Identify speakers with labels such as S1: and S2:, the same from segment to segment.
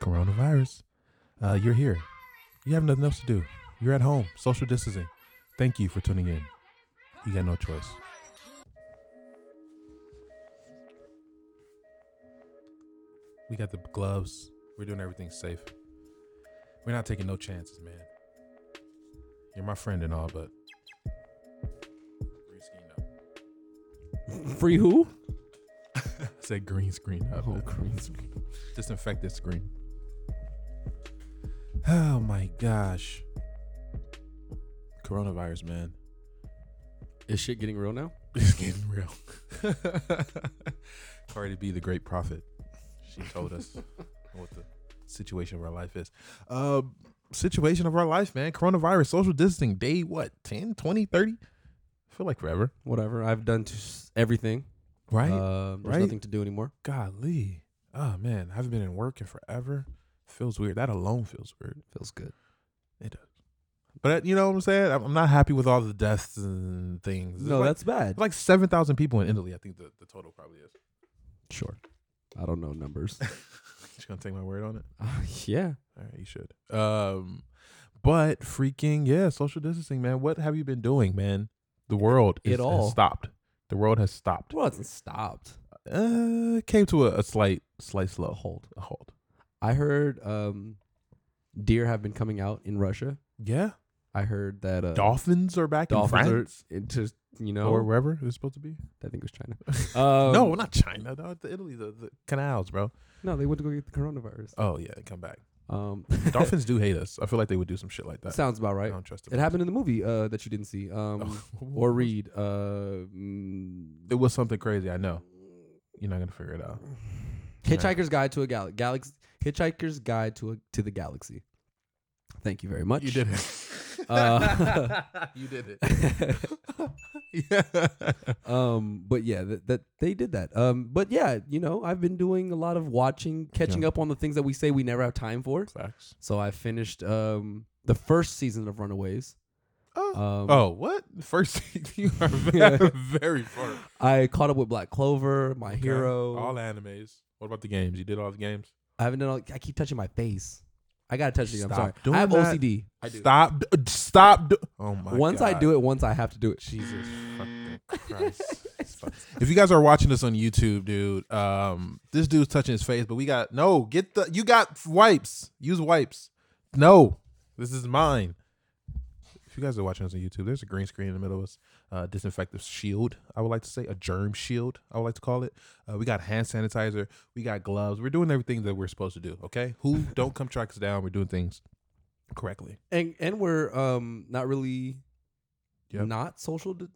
S1: coronavirus, uh, you're here. You have nothing else to do. You're at home, social distancing. Thank you for tuning in. You got no choice. We got the gloves. We're doing everything safe. We're not taking no chances, man. You're my friend and all, but green screen up.
S2: Free who?
S1: I said green screen up.
S2: Oh, green screen.
S1: Disinfect this screen. Oh my gosh. Coronavirus, man.
S2: Is shit getting real now?
S1: It's getting real. Cardi B, the great prophet, she told us what the situation of our life is. Uh, situation of our life, man. Coronavirus, social distancing, day what, 10, 20, 30? feel like forever.
S2: Whatever. I've done t- everything.
S1: Right?
S2: Um, there's
S1: Right?
S2: nothing to do anymore.
S1: Golly. Oh, man. I haven't been in work in forever. Feels weird. That alone feels weird.
S2: Feels good.
S1: It does. But uh, you know what I'm saying? I'm I'm not happy with all the deaths and things. It's
S2: No,
S1: like,
S2: that's bad.
S1: it's like 7,000 people in Italy, I think the, the total probably is.
S2: Sure. I don't know numbers.
S1: Just gonna take my word on it.
S2: yeah.
S1: All right, you should. Um, but freaking yeah, social distancing, man. What have you been doing, man? The world is,
S2: It all.
S1: has stopped. The world has stopped.
S2: Well, it's stopped.
S1: Uh, came to a, a slight, slight slow hold. A hold.
S2: I heard um, deer have been coming out in Russia.
S1: Yeah,
S2: I heard that uh,
S1: dolphins are back in
S2: dolphins
S1: France
S2: are into you know.
S1: or wherever they're supposed to be.
S2: I think it was China. Um,
S1: no, not China. No, the Italy, the, the canals, bro.
S2: no, they went to go get the coronavirus.
S1: Oh yeah, they come back.
S2: Um,
S1: Dolphins do hate us. I feel like they would do some shit like that.
S2: sounds about
S1: I
S2: right.
S1: don't Oh, trust them.
S2: It happened in the movie uh, that you didn't see um, or read. Uh, mm,
S1: It was something crazy. I know. You're not gonna figure it out.
S2: Hitchhiker's Guide to a Gal- Galaxy. Hitchhiker's Guide to a, to the Galaxy. Thank you very much.
S1: You did it.
S2: Uh,
S1: you did it. yeah.
S2: um, but yeah, that, that they did that. Um, but yeah, you know, I've been doing a lot of watching, catching
S1: Yeah.
S2: up on the things that we say we never have time for.
S1: Facts.
S2: So I finished um the first season of Runaways.
S1: Oh.
S2: Um,
S1: oh, what? First, you are very, very far.
S2: I caught up with Black Clover, My
S1: Okay.
S2: Hero.
S1: All animes. What about the games? You did all the games.
S2: I haven't done. All, I keep touching my face. I gotta touch it. I'm
S1: Stop
S2: sorry.
S1: doing
S2: I have
S1: that.
S2: OCD.
S1: Stop! d- Stop! d- Oh my!
S2: once I
S1: God.
S2: do it, once I have to do it.
S1: Jesus fucking Christ. It's fu- if you guys are watching this on YouTube, dude, um, this dude's touching his face, but we got no, get the you got wipes. Use wipes. No. This is mine. If you guys are watching this on YouTube, there's a green screen in the middle of us. Uh disinfectant shield, I would like to say. A germ shield, I would like to call it. Uh, we got hand sanitizer, we got gloves. We're doing everything that we're supposed to do, okay? Who don't come track us down, we're doing things correctly.
S2: And and we're um not really,
S1: Yep.
S2: not social, di-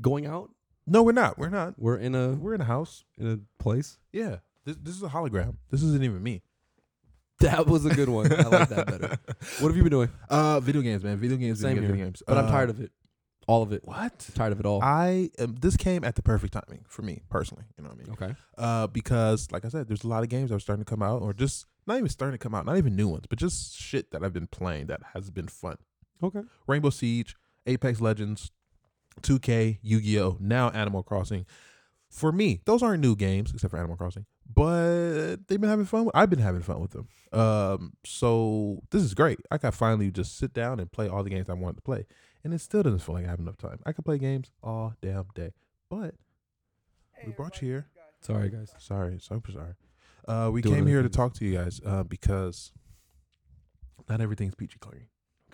S2: going out.
S1: No, we're not. We're not.
S2: We're in a
S1: We're in a house.
S2: in a place.
S1: Yeah. This, this is a hologram. This isn't even me.
S2: That was a good one. I like that better. What have you been doing? Uh,
S1: Uh, video games, man. Video games. Video
S2: Same
S1: games,
S2: here.
S1: video games. Uh,
S2: But I'm tired of it. All of it.
S1: what?
S2: Tired of it all.
S1: I am, this came at the perfect timing for me personally. You know what I mean?
S2: okay.
S1: Uh, because like I said, there's a lot of games that are starting to come out, or just not even starting to come out, not even new ones, but just shit that I've been playing that has been fun.
S2: Okay.
S1: Rainbow Siege, Apex Legends, 2K, Yu-Gi-Oh, now Animal Crossing. For me, those aren't new games except for Animal Crossing, but they've been having fun. With, I've been having fun with them. Um, so this is great. I can finally just sit down and play all the games I wanted to play, and it still doesn't feel like I have enough time. I could play games all damn day, but we brought you here.
S2: Sorry guys.
S1: Sorry, super sorry. Uh, we
S2: Doing
S1: came
S2: other
S1: here to
S2: things.
S1: talk to you guys uh, because not everything's peachy clean.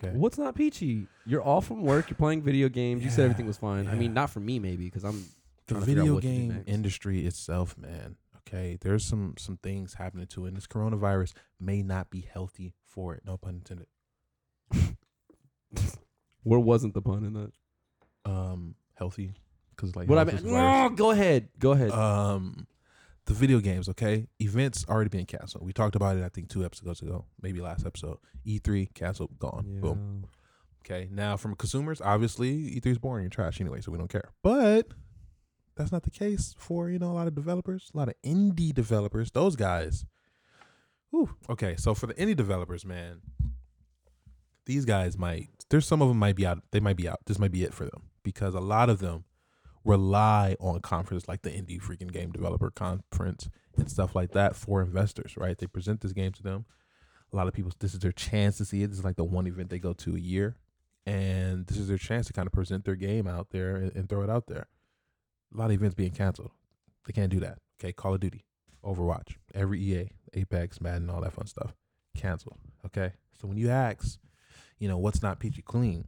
S1: Okay.
S2: What's not peachy? You're all from work. You're playing video games. You said
S1: Yeah,
S2: everything was fine. I
S1: yeah.
S2: mean, not for me maybe because I'm
S1: the
S2: trying to figure out
S1: video
S2: what to do
S1: game
S2: next.
S1: industry itself, man. Okay, there's some some things happening to, it, and this coronavirus may not be healthy for it. No pun intended.
S2: Where wasn't the pun in that?
S1: Um, healthy because like
S2: What I
S1: health
S2: mean?
S1: is virus.
S2: No, go ahead. Go ahead.
S1: Um, the video games. Okay, events already being canceled. We talked about it, I think, two episodes ago, maybe last episode. E3 canceled, gone. Boom. Okay. Now, from consumers, obviously, E3 is boring and trash anyway, so we don't care. But that's not the case for you know a lot of developers, a lot of indie developers. Those guys. Whew. Okay. So for the indie developers, man, these guys might. There's some of them might be out. They might be out. This might be it for them because a lot of them rely on conferences like the indie freaking game developer conference and stuff like that for investors. Right. They present this game to them. lot of people this is their chance to see it. This is like the one event they go to a year, and this is their chance to kind of present their game out there and, and throw it out there. A lot of events being canceled, they can't do that. Okay, Call of Duty, Overwatch, every EA, Apex, Madden, all that fun stuff, canceled. Okay, so when you ask, you know what's not peachy clean,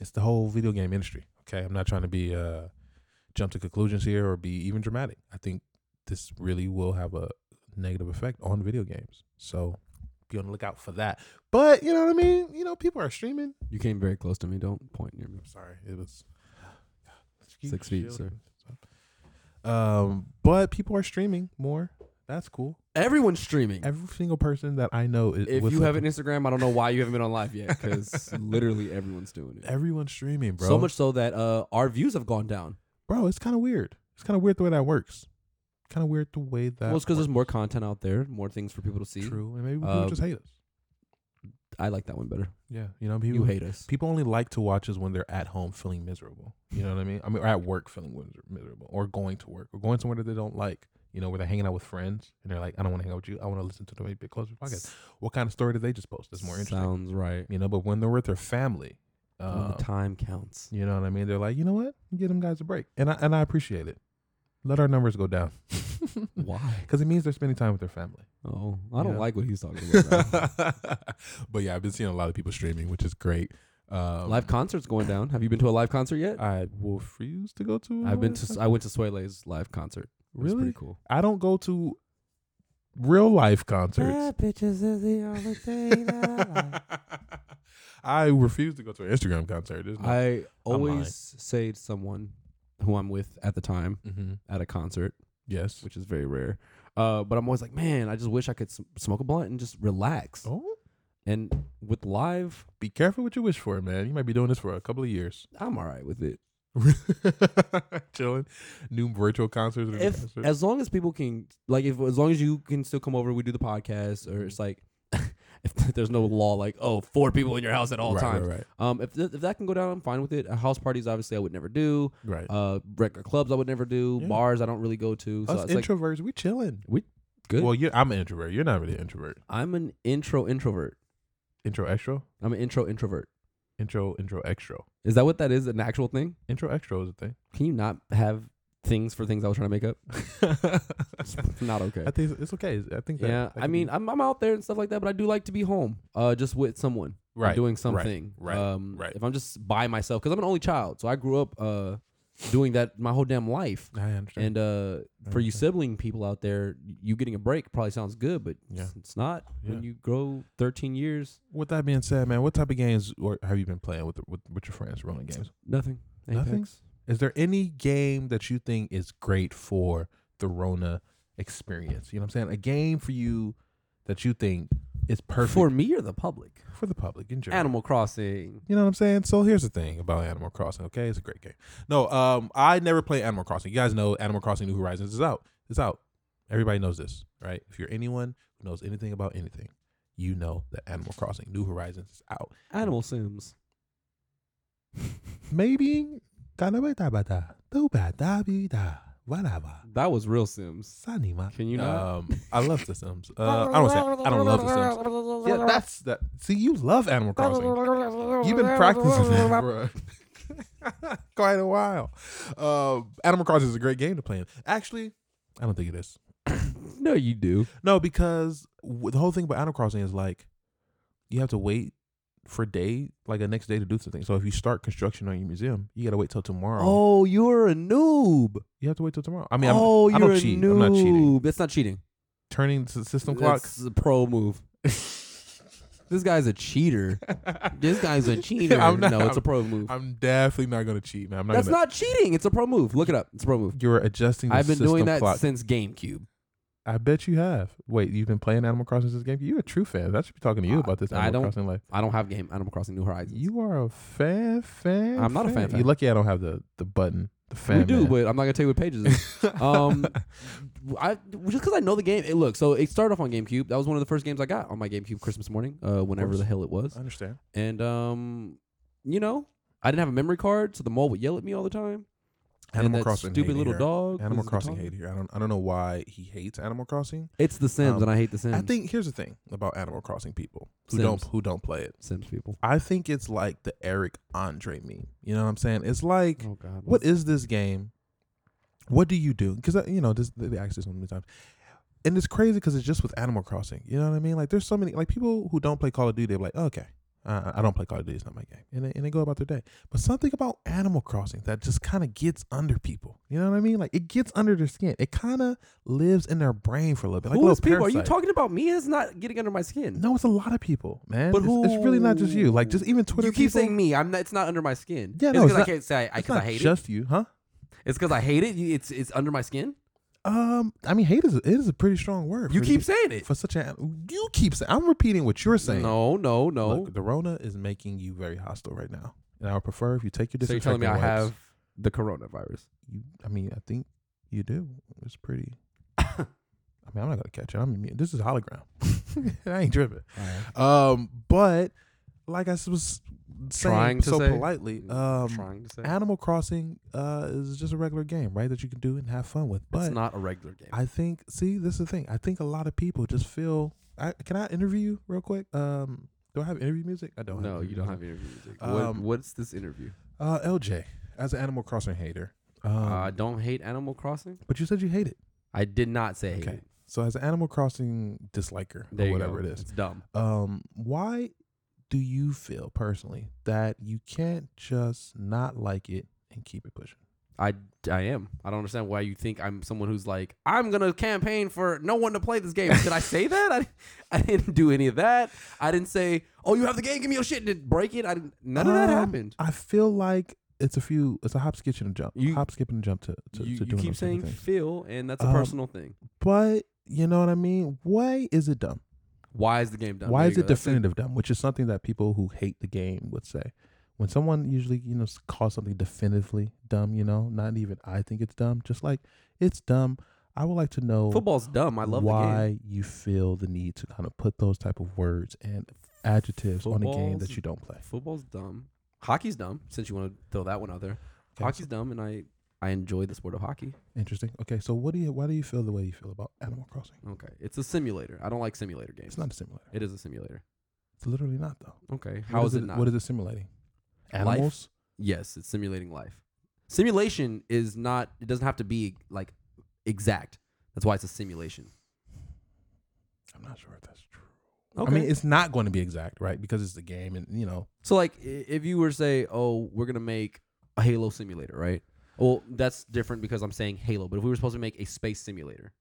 S1: it's the whole video game industry. Okay, I'm not trying to be uh jump to conclusions here or be even dramatic. I think this really will have a negative effect on video games. So be on the lookout for that. But you know what I mean? You know, people are streaming.
S2: You came very close to me. Don't point near me.
S1: I'm sorry, it was
S2: Six feet, sir.
S1: Um, but people are streaming more. That's cool.
S2: Everyone's streaming.
S1: Every single person that I know is
S2: If
S1: with
S2: you
S1: a-
S2: have an Instagram, I don't know why you haven't been on live yet because literally everyone's doing it.
S1: everyone's streaming, bro.
S2: So much so that uh, our views have gone down.
S1: bro. It's kind of weird. It's kind of weird the way that works. Kind of weird the way that.
S2: well, it's because there's
S1: works.
S2: more content out there, more things for people to see.
S1: true, and maybe people
S2: Um,
S1: just hate us.
S2: I like that one better.
S1: Yeah, you know, people
S2: You hate us.
S1: People only like to watch us when they're at home feeling miserable. You know what I mean? I mean, or at work feeling mis- miserable, or going to work, or going somewhere that they don't like. You know, where they're hanging out with friends and they're like, I don't want to hang out with you. I want to listen to the Maybe Closer podcast. What kind of story did they just post? That's more interesting.
S2: Sounds right.
S1: You know, but when they're with their family,
S2: Well,
S1: uh,
S2: the time counts.
S1: you know what I mean? They're like, you know what? Give them guys a break. And I, and I appreciate it. Let our numbers go down
S2: Why?
S1: because it means they're spending time with their family.
S2: Oh, I don't
S1: Yeah.
S2: like what he's talking about. bro.
S1: but yeah, I've been seeing a lot of people streaming, which is great. Um,
S2: live concerts going down. Have you been to a live concert yet?
S1: I will refuse to go to.
S2: I've been
S1: one.
S2: to. I went to Swayle's live concert. It was
S1: Really?
S2: pretty cool.
S1: I don't go to real life concerts.
S2: bitches is the only thing
S1: I refuse to go to an Instagram concert. There's no-
S2: I
S1: lying.
S2: always say to someone who I'm with at the time
S1: Mhm.
S2: at a concert,
S1: Yes.
S2: which is very rare. Uh, but I'm always like, man, I just wish I could s- smoke a blunt and just relax.
S1: Oh,
S2: And with live,
S1: be careful what you wish for, man. You might be doing this for a couple of years.
S2: I'm all right with it.
S1: Chilling, new virtual concerts. Or new
S2: If
S1: concerts.
S2: as long as people can, like, if as long as you can still come over, we do the podcast, or it's like, if there's no law, like, oh, four people in your house at all
S1: right,
S2: times.
S1: Right, right,
S2: Um, if th- if that can go down, I'm fine with it. Uh, House parties, obviously, I would never do.
S1: right.
S2: Uh, record clubs, I would never do.
S1: Yeah.
S2: Bars, I don't really go to. So
S1: Us
S2: it's like
S1: introverts, we chilling.
S2: We- good.
S1: Well, you I'm an introvert. You're not really an introvert.
S2: I'm an intro introvert.
S1: Intro extra,
S2: I'm an intro introvert.
S1: intro intro extra,
S2: Is that what that is? An actual thing?
S1: intro extra is a thing.
S2: Can you not have things for things I was trying to make up? It's not okay.
S1: I think it's, it's okay. I think. That,
S2: yeah,
S1: that
S2: I
S1: could be-
S2: mean, I'm I'm out there and stuff like that, but I do like to be home, uh, just with someone, or
S1: right.
S2: doing something,
S1: right,
S2: um,
S1: right.
S2: If I'm just by myself, because I'm an only child, so I grew up uh, doing that my whole damn life.
S1: I understand.
S2: And uh, for you
S1: understand.
S2: sibling people out there, you getting a break probably sounds good, but
S1: Yeah.
S2: it's- it's not
S1: Yeah.
S2: when you grow 13 years.
S1: With that being said, man, what type of games or have you been playing with with, with your friends? Rolling games.
S2: Nothing.
S1: Nothing?
S2: Apex.
S1: Is there any game that you think is great for the Rona experience? You know what I'm saying? A game for you that you think is perfect for,
S2: For me or the public?
S1: the public in general.
S2: Animal Crossing.
S1: You know what I'm saying? So here's the thing about Animal Crossing. Okay, it's a great game. No, um, I never play Animal Crossing. You guys know Animal Crossing New Horizons is out. It's out. Everybody knows this, right? If you're anyone who knows anything about anything, you know that Animal Crossing New Horizons is out.
S2: Animal Sims.
S1: Maybe Kanabata Tuba Dabida Whatever.
S2: That was real Sims.
S1: Sanima.
S2: Can you not?
S1: Um, I love The Sims. Uh, I don't say I don't love The Sims. Yeah, that's that. See, you love Animal Crossing. You've been practicing that for a- quite a while. Uh, Animal Crossing is a great game to play in. Actually, I don't think it is.
S2: No, you do.
S1: No, because w- the whole thing about Animal Crossing is like you have to wait for day, like the next day to do something. So if you start construction on your museum, you got to wait till tomorrow.
S2: Oh, you're a noob.
S1: You have to wait till tomorrow. I mean,
S2: oh,
S1: I'm, I
S2: you're
S1: don't
S2: a
S1: cheat.
S2: noob.
S1: I'm not cheating.
S2: That's not cheating.
S1: Turning to the system clock.
S2: That's a pro move. This guy's a cheater. This guy's a cheater.
S1: I'm not-
S2: no, it's a
S1: I'm-
S2: pro move.
S1: I'm definitely not going to cheat, man. I'm not
S2: That's
S1: gonna,
S2: not cheating. It's a pro move. Look it up. It's a pro move.
S1: You're adjusting the
S2: I've been
S1: system
S2: doing that
S1: clock.
S2: since GameCube.
S1: I bet you have. Wait, you've been playing Animal Crossing since game? You're a true fan. I should be talking to you
S2: I-
S1: about this
S2: I
S1: Animal
S2: don't-
S1: Crossing life.
S2: I don't have game Animal Crossing New Horizons.
S1: You are a fan, fan.
S2: I'm not a fan, fan.
S1: You're lucky I don't have the, the button, the fan.
S2: we do,
S1: man.
S2: but I'm not gonna tell you what pages. It is. um, I just because I know the game. It look so it started off on GameCube. That was one of the first games I got on my GameCube Christmas morning, uh, whenever
S1: course.
S2: the hell it was.
S1: I understand.
S2: And um, you know, I didn't have a memory card, so the mole would yell at me all the time. and
S1: Animal
S2: that
S1: Crossing.
S2: stupid
S1: hate
S2: little
S1: here.
S2: dog.
S1: Animal
S2: is the
S1: Crossing
S2: dog.
S1: hate here. I don't I don't know why he hates Animal Crossing.
S2: It's the Sims,
S1: Um,
S2: and I hate the Sims.
S1: I think here's the thing about Animal Crossing people who don't
S2: Mm. Sims.
S1: who don't play it.
S2: Sims people.
S1: I think it's like the Eric Andre meme. You know what I'm saying? It's like
S2: Oh God.
S1: what is this game? What do you do? Because you know, this, they ask this so many times, and it's crazy because it's just with Animal Crossing. You know what I mean? Like, there's so many like people who don't play Call of Duty. They're like, "Oh, okay, uh, I don't play Call of Duty. It's not my game, and they, and they go about their day. But something about Animal Crossing that just kind of gets under people. You know what I mean? Like, it gets under their skin. It kind of lives in their brain for a little bit. Like a
S2: who is
S1: little
S2: people? Are you
S1: parasite.
S2: talking about me? It's not getting under my skin.
S1: No, it's a lot of people, man.
S2: But
S1: But it's, it's really not just you. Like, just
S2: who-
S1: even Twitter.
S2: you keep
S1: people,
S2: saying me. I'm not, it's not under my skin.
S1: Yeah,
S2: it's
S1: no, it's
S2: I
S1: not-
S2: can't say I,
S1: It's
S2: cause I
S1: not
S2: hate
S1: just you, huh?
S2: it. It's because I hate it. You- It's it's under my skin.
S1: Um, I mean, hate is a, it is a pretty strong word.
S2: You
S1: for-
S2: keep saying it.
S1: for such a you keep saying I'm repeating what you're saying.
S2: No, no, no.
S1: Look, the Rona is making you very hostile right now, and I would prefer if you take your
S2: so you're telling
S1: disinfectant
S2: me I
S1: wipes.
S2: have the coronavirus?
S1: You, I mean, I think you do. It's pretty. I mean, I'm not gonna catch it. I'm immune. This is hologram. I ain't tripping. Um, but like I s- was saying
S2: Trying to
S1: so
S2: say. Mm,
S1: politely, um,
S2: trying to say
S1: Animal Crossing uh is just a regular game, right? That you can do and have fun with. But
S2: it's not a regular game.
S1: I think. See, this is the thing. I think a lot of people just feel. I can I interview you real quick? Um, do I have interview music? I don't.
S2: no,
S1: have interview
S2: you don't have
S1: music.
S2: interview music. what,
S1: Um,
S2: what's this interview?
S1: Uh, LJ, as an Animal Crossing hater. Um,
S2: Uh, I don't hate Animal Crossing.
S1: but you said you hate it.
S2: I did not say hate.
S1: Okay.
S2: it.
S1: So as an Animal Crossing disliker
S2: There
S1: or
S2: you
S1: whatever
S2: go.
S1: it is,
S2: It's dumb.
S1: um, why do you feel personally that you can't just not like it and keep it pushing?
S2: I, I am. I don't understand why you think I'm someone who's like I'm gonna campaign for no one to play this game. Did I say that? I, I didn't do any of that. I didn't say, oh, you have the game, give me your shit, and then break it. I didn't. None of that
S1: Um,
S2: happened.
S1: I feel like it's a few. It's a hop, skip, and a jump.
S2: You-
S1: hop, skip, and a jump to to,
S2: you
S1: to
S2: you
S1: doing
S2: keep
S1: those type of
S2: saying
S1: things.
S2: feel, and that's a
S1: Um,
S2: personal thing.
S1: but you know what I mean. Why is it dumb?
S2: Why is the game done?
S1: Why
S2: There
S1: is
S2: you
S1: it
S2: go. That's
S1: definitive dumb? Which is something that people who hate the game would say. When someone usually you know s- calls something definitively dumb, you know, not even I think it's dumb. Just like it's dumb. I would like to know
S2: Football's dumb. I love the game.
S1: why you feel the need to kind of put those type of words and adjectives on a game
S2: Football's-
S1: that you don't play.
S2: Football's dumb. Hockey's dumb. Since you want to throw that one out there,
S1: Okay,
S2: hockey's dumb, and I I enjoy the sport of hockey.
S1: Interesting. Okay, so what do you? Why do you feel the way you feel about Animal Crossing?
S2: Okay, it's a simulator. I don't like simulator games.
S1: It's not a simulator.
S2: It is a simulator.
S1: It's literally not though.
S2: Okay,
S1: What
S2: how is it, not?
S1: What is it simulating?
S2: Life?
S1: Animals.
S2: Yes, it's simulating life. Simulation is not. It doesn't have to be like exact. That's why it's a simulation.
S1: I'm not sure if that's true. I mean, it's not going to be exact, right? Because it's the game, and you know,
S2: so like, i- if you were to say, "Oh, we're gonna make a Halo simulator," right? Well, that's different because I'm saying Halo. But if we were supposed to make a space simulator,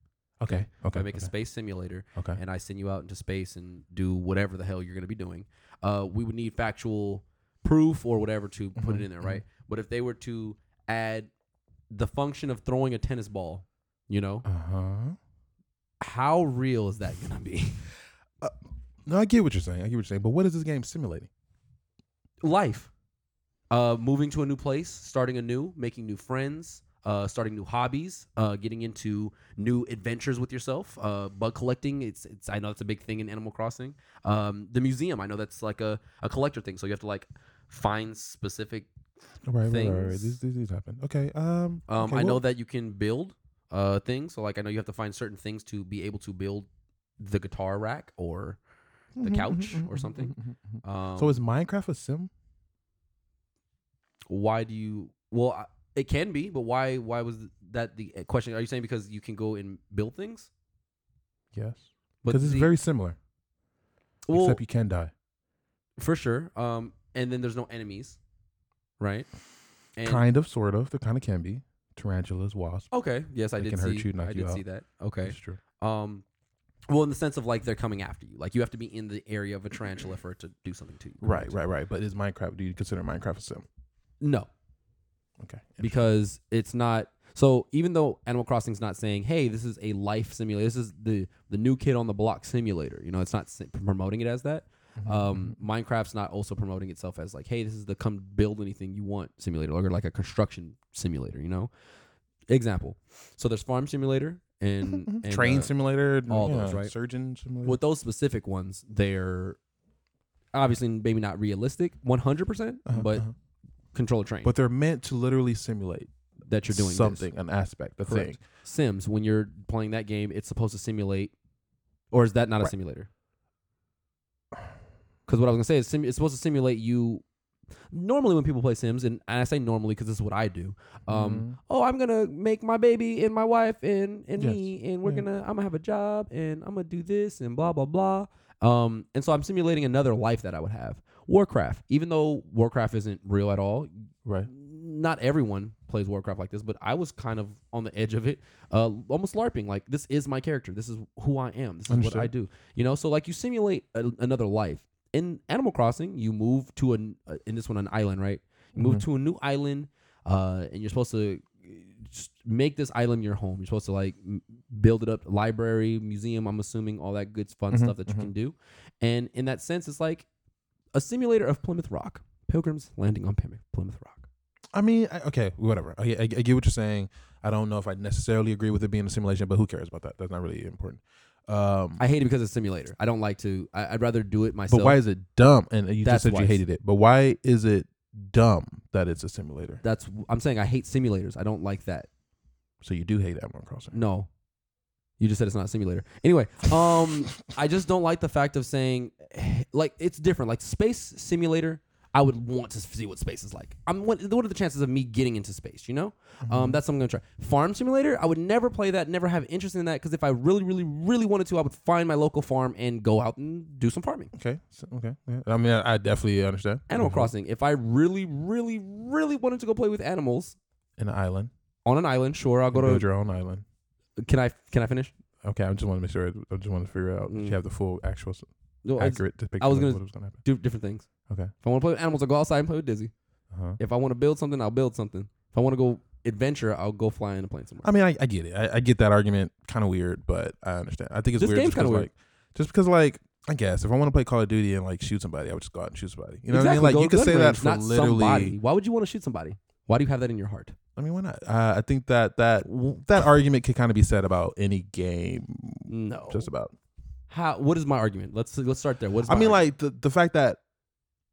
S1: okay,
S2: if
S1: okay,
S2: I make a
S1: okay,
S2: space simulator,
S1: okay.
S2: and I send you out into space and do whatever the hell you're going to be doing, uh, we would need factual proof or whatever to put it
S1: Mhm,
S2: in there, right? But if they were to add the function of throwing a tennis ball, you know,
S1: Uh huh.
S2: how real is that going to be?
S1: No, I get what you're saying. I get what you're saying, but what is this game simulating?
S2: Life. Uh, moving to a new place, starting anew, making new friends, uh, starting new hobbies, uh, getting into new adventures with yourself. Uh, bug collecting, it's, it's I know that's a big thing in Animal Crossing. Um, the museum, I know that's like a, a collector thing, so you have to like find specific.
S1: Right, right, right, right.
S2: Things.
S1: These, these, these happen. Okay. Um.
S2: Um,
S1: okay,
S2: I
S1: well-
S2: know that you can build uh, things, so like I know you have to find certain things to be able to build the guitar rack or the
S1: Mhm,
S2: couch
S1: mhm,
S2: or
S1: mhm,
S2: something.
S1: mhm, mhm.
S2: um,
S1: so is Minecraft a sim?
S2: why do you well I- it can be but why why was that the question are you saying because you can go and build things
S1: Yes.
S2: but
S1: Because it's
S2: the-
S1: very similar,
S2: well,
S1: except you can die.
S2: for sure um and then there's no enemies right and
S1: Kind of, sort of. There kind of can be tarantulas, wasps.
S2: okay yes i
S1: They
S2: did
S1: can
S2: see
S1: hurt you, knock
S2: i
S1: you
S2: did
S1: out.
S2: see that okay
S1: That's true.
S2: um well in the sense of like they're coming after you like you have to be in the area of a tarantula for it to do something to you
S1: Right, right, right. But is Minecraft? Do you consider Minecraft a sim?
S2: no
S1: Okay.
S2: because it's not so even though Animal Crossing's not saying, "Hey, this is a life simulator. This is the the new kid on the block simulator." You know, it's not si- promoting it as that.
S1: Mm-hmm.
S2: Um, Minecraft's not also promoting itself as like, "Hey, this is the come build anything you want simulator," or like a construction simulator. You know, example. So there's farm simulator and, and
S1: Train
S2: uh,
S1: simulator,
S2: all
S1: yeah,
S2: those, right?
S1: Surgeon simulator.
S2: with those specific ones, they're obviously maybe not realistic 100%,
S1: Uh-huh,
S2: but
S1: uh-huh.
S2: control a train.
S1: but they're meant to literally simulate
S2: that you're doing this.
S1: something, an aspect, a
S2: Correct.
S1: thing.
S2: Sims, when you're playing that game, it's supposed to simulate, or is that not a
S1: Right.
S2: simulator? Because what I was gonna say is, sim- it's supposed to simulate you. Normally, when people play Sims, and and I say normally because this is what I do. Um,
S1: Mm-hmm.
S2: Oh, I'm gonna make my baby and my wife and and
S1: Yes.
S2: me, and we're
S1: Yeah.
S2: gonna I'm gonna have a job and I'm gonna do this and blah blah blah. Um, and so I'm simulating another life that I would have. Warcraft, even though Warcraft isn't real at all,
S1: right.
S2: not everyone plays Warcraft like this, but I was kind of on the edge of it, uh, almost LARPing. Like this is my character. This is who I am. This is
S1: Understood.
S2: what I do. You know, so like you simulate a, another life. In Animal Crossing, you move to an uh, in this one an island, right? You move
S1: Mhm.
S2: to a new island, uh, and you're supposed to uh, just make this island your home. You're supposed to like m- build it up, library, museum. I'm assuming all that good fun
S1: Mhm,
S2: stuff that you
S1: mhm.
S2: can do. And in that sense, it's like a simulator of Plymouth Rock. Pilgrims landing on Plymouth Plymouth Rock.
S1: I mean, I, okay, whatever. I, I, I get what you're saying. I don't know if I necessarily agree with it being a simulation, but who cares about that? That's not really important. Um,
S2: I hate it because it's a simulator. I don't like to. I, I'd rather do it myself.
S1: but why is it dumb? And you
S2: That's
S1: just said
S2: why
S1: you
S2: it's-
S1: hated it. But why is it dumb that it's a simulator?
S2: That's I'm saying. I hate simulators. I don't like that.
S1: So you do hate Animal Crossing.
S2: No, you just said it's not a simulator. Anyway, um, I just don't like the fact of saying, like it's different. Like space simulator, I would want to see what space is like. I'm what, what are the chances of me getting into space? You know,
S1: Mm-hmm.
S2: um, that's something I'm gonna try. Farm simulator, I would never play that. Never have interest in that because if I really, really, really wanted to, I would find my local farm and go out and do some farming.
S1: Okay. So, okay. Yeah. I mean, I, I definitely understand.
S2: Animal
S1: Mhm.
S2: Crossing. If I really, really, really wanted to go play with animals,
S1: An island.
S2: on an island. Sure, I'll go
S1: build
S2: to.
S1: your own island.
S2: Can I can I finish?
S1: Okay, I just want to make sure. I just want to figure out if
S2: Mm.
S1: you have the full, actual, s-
S2: No, I just
S1: accurate depiction
S2: was
S1: of
S2: gonna-
S1: what was going to happen.
S2: do different things.
S1: Okay.
S2: If I want to play with animals, I'll go outside and play with Dizzy.
S1: Uh-huh.
S2: If I want to build something, I'll build something. If I want to go adventure, I'll go fly in a plane somewhere.
S1: I mean, I, I get it. I, I get that argument. Kind of weird, but I understand. I think it's
S2: This
S1: weird
S2: game's
S1: just because,
S2: kinda
S1: like, just because, like, I guess if I want to play Call of Duty and like shoot somebody, I would just go out and shoot somebody. You know
S2: exactly.
S1: what I mean? Like,
S2: go
S1: you could
S2: gun
S1: say that
S2: range,
S1: for
S2: not
S1: literally.
S2: somebody. Why would you want to shoot somebody? Why do you have that in your heart?
S1: I mean, why not? Uh, I think that that that argument could kind of be said about any game,
S2: No.
S1: just about.
S2: How? What is my argument? Let's let's start there. What is
S1: I
S2: my
S1: mean,
S2: argument?
S1: like the the fact that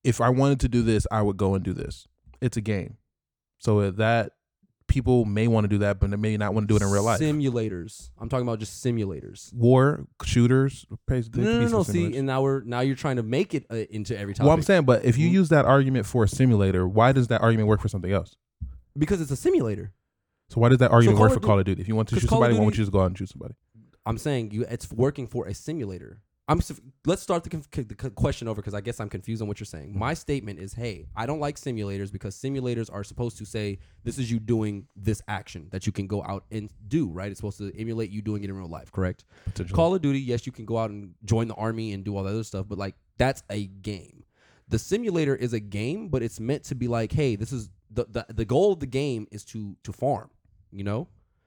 S1: if I wanted to do this, I would go and do this. It's a game, so uh, that people may want to do that, but they may not want to do it in real life.
S2: Simulators. I'm talking about just simulators.
S1: War shooters, pays
S2: No, no, no. no. See, and now we're now you're trying to make it uh, into every topic.
S1: Well, I'm saying, but if you
S2: Mhm.
S1: use that argument for a simulator, why does that argument work for something else?
S2: because it's a simulator.
S1: So why does that argument
S2: Call
S1: work
S2: of
S1: for
S2: Duty-
S1: Call of Duty? If you want to
S2: 'cause
S1: shoot
S2: Call of
S1: somebody, why
S2: Duty-
S1: don't you just go out and shoot somebody?
S2: I'm saying you it's working for a simulator. I'm s- let's start the, conf- the c- question over because I guess I'm confused on what you're saying. My statement is, hey, I don't like simulators because simulators are supposed to say this is you doing this action that you can go out and do. Right? It's supposed to emulate you doing it in real life. Correct?
S1: Potentially.
S2: Call of Duty, yes, you can go out and join the army and do all that other stuff, but like that's a game. The simulator is a game, but it's meant to be like, hey, this is the the, the goal of the game is to to farm, you know?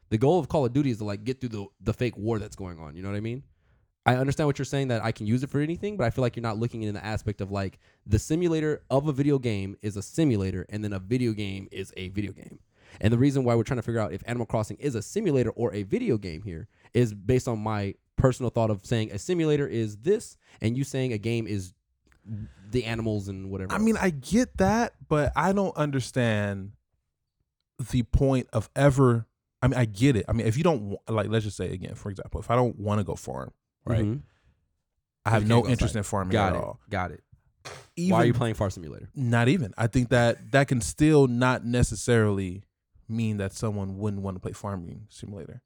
S2: The goal of Call of Duty is to like get through the the fake war that's going on, you know what I mean? I understand what you're saying that I can use it for anything, but I feel like you're not looking in the aspect of like the simulator of a video game is a simulator and then a video game is a video game. And the reason why we're trying to figure out if Animal Crossing is a simulator or a video game here is based on my personal thought of saying a simulator is this and you saying a game is the animals and whatever.
S1: I mean,
S2: else.
S1: I get that, but I don't understand the point of ever. I mean, I get it. I mean, if you don't wa- like, let's just say again, for example, if I don't want to go farm, right?
S2: Mhm.
S1: I have
S2: You can't
S1: no
S2: go
S1: interest
S2: outside.
S1: in farming
S2: Got
S1: at
S2: it.
S1: all.
S2: Got it.
S1: Even
S2: why are you playing Far Simulator?
S1: not even. I think that that can still not necessarily mean that someone wouldn't want to play farming simulator,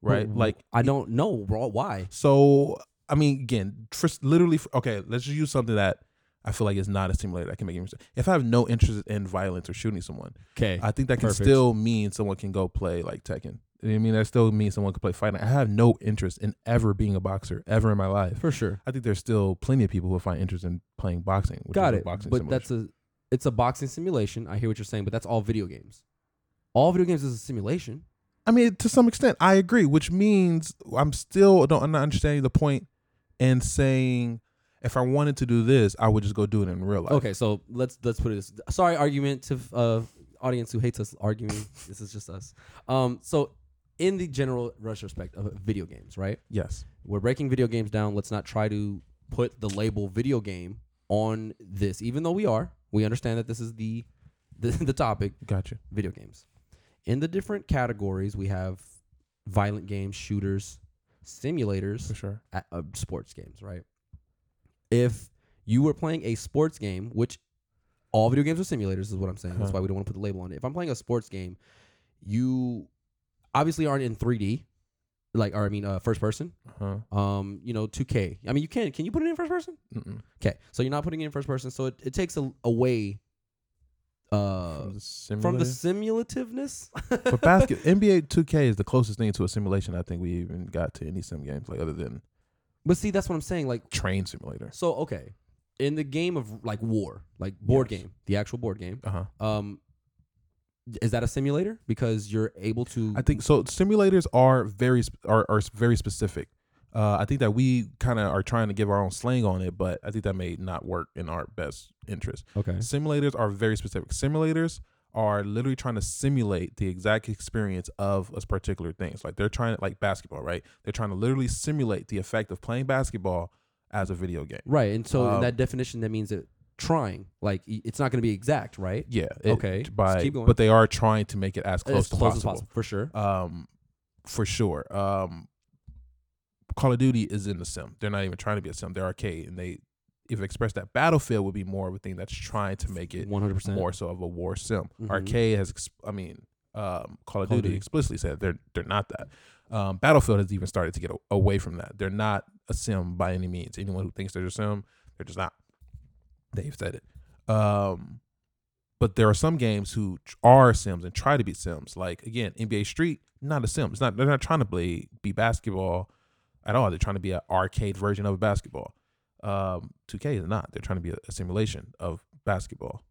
S1: right?
S2: But
S1: Like
S2: I don't know, bro. Why?
S1: So I mean, again, for s- literally, for, okay, let's just use something that I feel like is not a simulator. I can make any sense. If I have no interest in violence or shooting someone,
S2: Okay.
S1: I think that can
S2: Perfect.
S1: still mean someone can go play like Tekken. You know what I mean, that still means someone could play fighting. I have no interest in ever being a boxer ever in my life.
S2: For sure.
S1: I think there's still plenty of people who find interest in playing boxing. Which
S2: Got
S1: is a
S2: it.
S1: boxing
S2: But
S1: simulation.
S2: that's a it's a boxing simulation. I hear what you're saying, but that's all video games. All video games is a simulation.
S1: I mean, to some extent, I agree, which means I'm still don't I'm not understanding the point in saying if I wanted to do this, I would just go do it in real life.
S2: Okay, so let's let's put it this. Sorry, argumentative uh, audience who hates us arguing. this is just us. Um, so in the general retrospect of video games, right?
S1: Yes.
S2: We're breaking video games down. Let's not try to put the label video game on this, even though we are. We understand that this is the the, the topic
S1: Gotcha.
S2: video games. in the different categories, we have violent games, shooters, simulators,
S1: for sure.
S2: a- uh, sports games, right? If you were playing a sports game, which all video games are simulators, is what I'm saying. That's
S1: Uh-huh.
S2: why we don't want to put the label on it. If I'm playing a sports game, you obviously aren't in 3D, like, or I mean, uh, first person.
S1: Huh?
S2: Um, you know, 2K. I mean, you can. Can you put it in first person?
S1: Mm-mm.
S2: Okay, so you're not putting it in first person, so it, it takes a, away uh,
S1: From the
S2: from the
S1: simulator?
S2: simulativeness.
S1: but basket NBA 2K is the closest thing to a simulation I think we even got to any sim games like other than
S2: But see, that's what I'm saying. Like,
S1: Train Simulator.
S2: so okay, in the game of like war, like board
S1: Yes.
S2: game, the actual board game,
S1: Uh huh.
S2: um, is that a simulator? Because you're able to.
S1: I think so. Simulators are very sp- are are very specific. Uh, I think that we kind of are trying to give our own slang on it, but I think that may not work in our best interest.
S2: okay.
S1: Simulators are very specific. Simulators are literally trying to simulate the exact experience of a particular things. like they're trying like basketball, right? They're trying to literally simulate the effect of playing basketball as a video game.
S2: Right, and so in
S1: Um,
S2: that definition, that means it trying. Like, y- it's not going to be exact, right?
S1: Yeah.
S2: Okay, just
S1: By,
S2: keep going.
S1: But they are trying to make it as close,
S2: as
S1: to
S2: close
S1: possible.
S2: as possible, for sure.
S1: Um, for sure. Um, Call of Duty is in the sim. They're not even trying to be a sim. They're arcade, and they if expressed that Battlefield would be more of a thing that's trying to make it
S2: One hundred percent.
S1: more so of a war sim.
S2: Mhm.
S1: Arcade has, ex- I mean, um, Call of
S2: Call of
S1: Duty
S2: Duty.
S1: explicitly said they're they're not that. Um, Battlefield has even started to get a- away from that. They're not a sim by any means. Anyone who thinks they're a sim, they're just not. They've said it. Um, but there are some games who tr- are sims and try to be sims. Like again, NBA Street, not a sim. It's not. They're not trying to play be basketball at all. They're trying to be an arcade version of basketball. Um, 2K is not. They're trying to be a, a simulation of basketball.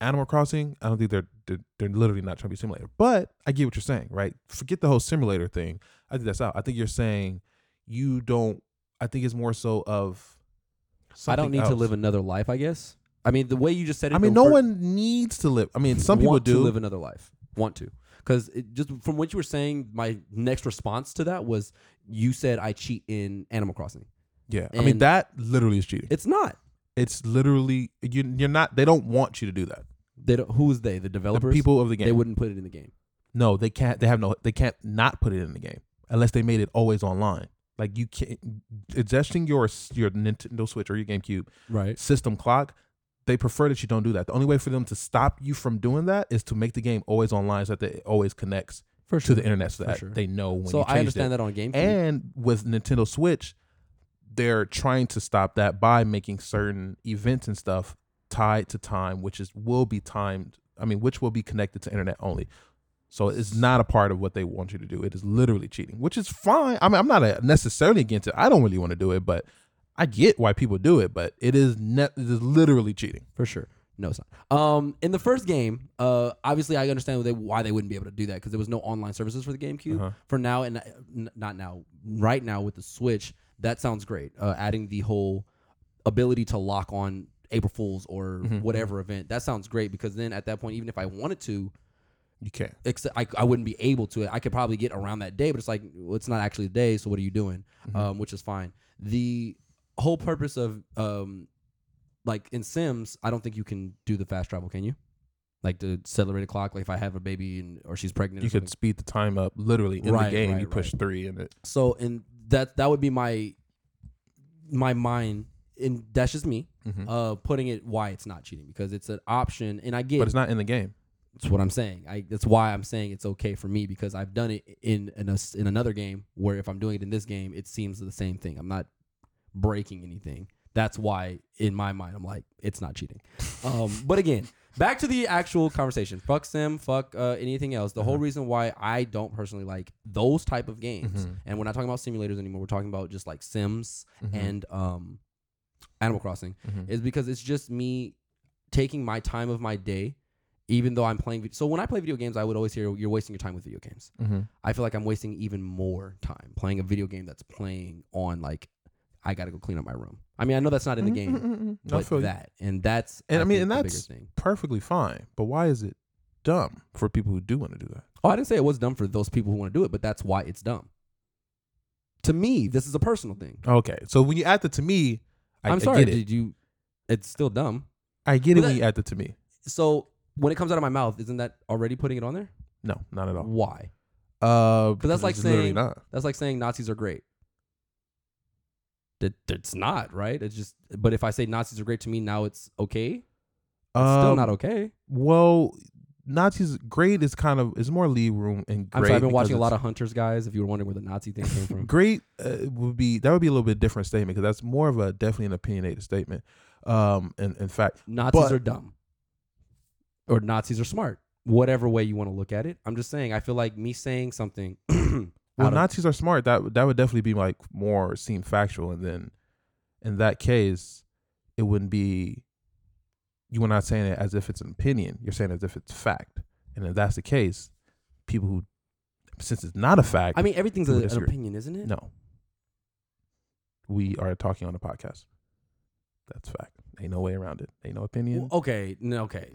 S1: Animal Crossing, I don't think they're, they're they're literally not trying to be a simulator. But I get what you're saying, right? Forget the whole simulator thing. I think that's out. I think you're saying you don't. I think it's more so of.
S2: I don't need to live another life. I guess. I mean, the way you just said it.
S1: I mean,
S2: though,
S1: no
S2: for-
S1: one needs to live. I mean, some people
S2: want
S1: do.
S2: to live another life. Want to. Because just from what you were saying, my next response to that was you said I cheat in Animal Crossing.
S1: yeah, I mean
S2: and-
S1: that literally is cheating.
S2: It's not.
S1: It's literally you. You're not. They don't want you to do that.
S2: They don't, who is they? The
S1: The
S2: developers?
S1: people of the game.
S2: They wouldn't put it in the game.
S1: No, they can't. They have no. They can't not put it in the game unless they made it always online. Like you can't adjusting your your Nintendo Switch or your GameCube
S2: Right.
S1: system clock. They prefer that you don't do that. The only way for them to stop you from doing that is to make the game always online so that it always connects
S2: For
S1: to the internet so
S2: For
S1: that
S2: sure.
S1: they know when.
S2: So
S1: you
S2: I understand that on GameCube.
S1: And with Nintendo Switch, they're trying to stop that by making certain events and stuff tied to time, which is will be timed. I mean, which will be connected to internet only. So it's not a part of what they want you to do. It is literally cheating, which is fine. I mean, I'm not uh necessarily against it. I don't really want to do it, but I get why people do it. But it is ne- it is literally cheating.
S2: for sure. No, it's not. Um, in the first game, uh, obviously I understand they, why they wouldn't be able to do that because there was no online services for the GameCube
S1: Uh-huh.
S2: for now, and uh, n- not now, right now with the Switch, that sounds great. Uh, adding the whole ability to lock on April Fools or whatever event that sounds great because then at that point, even if I wanted to,
S1: You can't.
S2: except I, I wouldn't be able to. I could probably get around that day, but it's like well, it's not actually the day. So what are you doing?
S1: Mm-hmm.
S2: Um, which is fine. The whole purpose of um, like in Sims, I don't think you can do the fast travel. Can you? Like the accelerated clock. Like if I have a baby and or she's pregnant, or
S1: You could
S2: something.
S1: speed the time up literally in the
S2: Right,
S1: game.
S2: right,
S1: you push three and it.
S2: So and that that would be my my mind, and that's just me
S1: Mm-hmm.
S2: uh, putting it why it's not cheating because it's an option, and I get
S1: But it's not in the game.
S2: That's what I'm saying. I, that's why I'm saying it's okay for me because I've done it in in, a s in another game where if I'm doing it in this game, it seems the same thing. I'm not breaking anything. That's why in my mind I'm like it's not cheating. Um, but again, back to the actual conversation. Fuck sim. Fuck uh, anything else. The whole reason why I don't personally like those type of games, and we're not talking about simulators anymore. We're talking about just like Sims
S1: Mm-hmm.
S2: and um, Animal Crossing, is because it's just me taking my time of my day even though I'm playing. Vid- so when I play video games, I would always hear you're wasting your time with video games.
S1: Mhm.
S2: I feel like I'm wasting even more time playing a video game that's playing on like I gotta go clean up my room. I mean, I know that's not in the game,
S1: Mm-hmm. I
S2: but
S1: feel you.
S2: that and that's
S1: And I mean,
S2: think,
S1: and
S2: the
S1: that's-
S2: bigger thing.
S1: perfectly fine. But why is it dumb for people who do want to do that?
S2: Oh, I didn't say it was dumb for those people who want to do it, but that's why it's dumb. To me, this is a personal thing.
S1: Okay, so when you add that to me, I,
S2: I,
S1: I
S2: am sorry,
S1: get it.
S2: did you? It's still dumb.
S1: I get it
S2: But
S1: when
S2: that-
S1: you add that to me.
S2: So when it comes out of my mouth, isn't that already putting it on there?
S1: No, not at all.
S2: Why?
S1: Uh,
S2: Because that's like
S1: it's literally
S2: saying-
S1: not.
S2: That's like saying Nazis are great. That that's not right. It's just. But if I say Nazis are great to me now, it's okay. It's still
S1: Um,
S2: not okay.
S1: Well, Nazis great is kind of is more lead room and great.
S2: I'm sorry. I've been
S1: because
S2: watching a
S1: it's-
S2: lot of Hunters, guys. If you were wondering where the Nazi thing came from,
S1: great uh, would be that would be a little bit different statement because that's more of a definitely an opinionated statement. Um, and in fact,
S2: Nazis
S1: But-
S2: are dumb, or Nazis are smart. Whatever way you want to look at it, I'm just saying. I feel like me saying something.
S1: well,
S2: out of-
S1: Nazis are smart. That would- that would definitely be like more seem factual, and then in that case, it wouldn't be. You were not saying it as if it's an opinion. You're saying as if it's fact, and if that's the case, people who since it's not a fact,
S2: I mean, everything's
S1: People
S2: a, an
S1: disagree.
S2: opinion, isn't it?
S1: No. We are talking on a podcast. That's fact. Ain't no way around it. Ain't no opinion.
S2: Well, okay. No. Okay.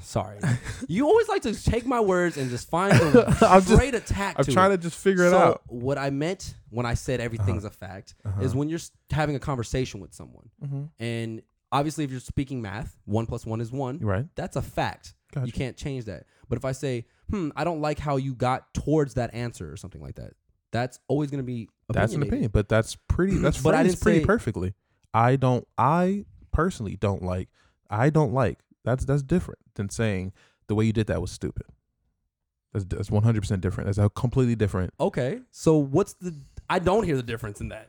S2: Sorry. you always like to take my words and just find a
S1: I'm just-
S2: straight attack.
S1: I'm
S2: to
S1: trying
S2: it.
S1: to just figure it
S2: so
S1: out. Uh-huh.
S2: What I meant when I said everything's a fact is when you're s- having a conversation with someone,
S1: Mm-hmm.
S2: and obviously if you're speaking math, one plus one is one.
S1: You're right.
S2: That's a fact.
S1: Gotcha.
S2: You can't change that. But if I say, "Hmm, I don't like how you got towards that answer" or something like that, that's always going to be
S1: That's an
S2: opinionated.
S1: opinion, but that's pretty. That's
S2: But I
S1: phrased
S2: didn't
S1: pretty
S2: say-
S1: perfectly. I don't. I personally don't like. I don't like. That's that's different than saying the way you did that was stupid. That's that's 100 percent different. That's a completely different.
S2: Okay. So what's the? I don't hear the difference in that.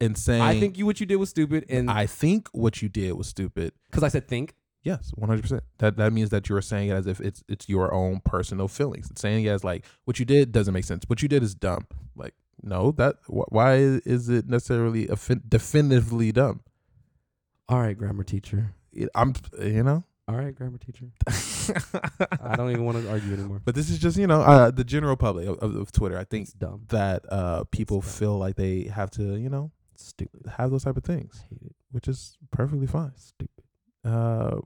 S1: And saying
S2: I think you what you did was stupid, and
S1: I think what you did was stupid.
S2: because I said think.
S1: Yes, one hundred percent. That that means that you're saying it as if it's it's your own personal feelings. It's saying it as like what you did doesn't make sense. What you did is dumb. Like no, that wh- why is it necessarily offen- definitively dumb?
S2: All right, grammar teacher.
S1: It- I'm you know.
S2: All right, grammar teacher. I don't even want to argue anymore.
S1: But this is just you know uh, the general public of, of, of Twitter. I think
S2: It's dumb.
S1: that uh, people
S2: dumb.
S1: feel like they have to you know
S2: Stupid.
S1: have those type of things,
S2: hate it.
S1: which is perfectly fine.
S2: Stupid.
S1: Uh,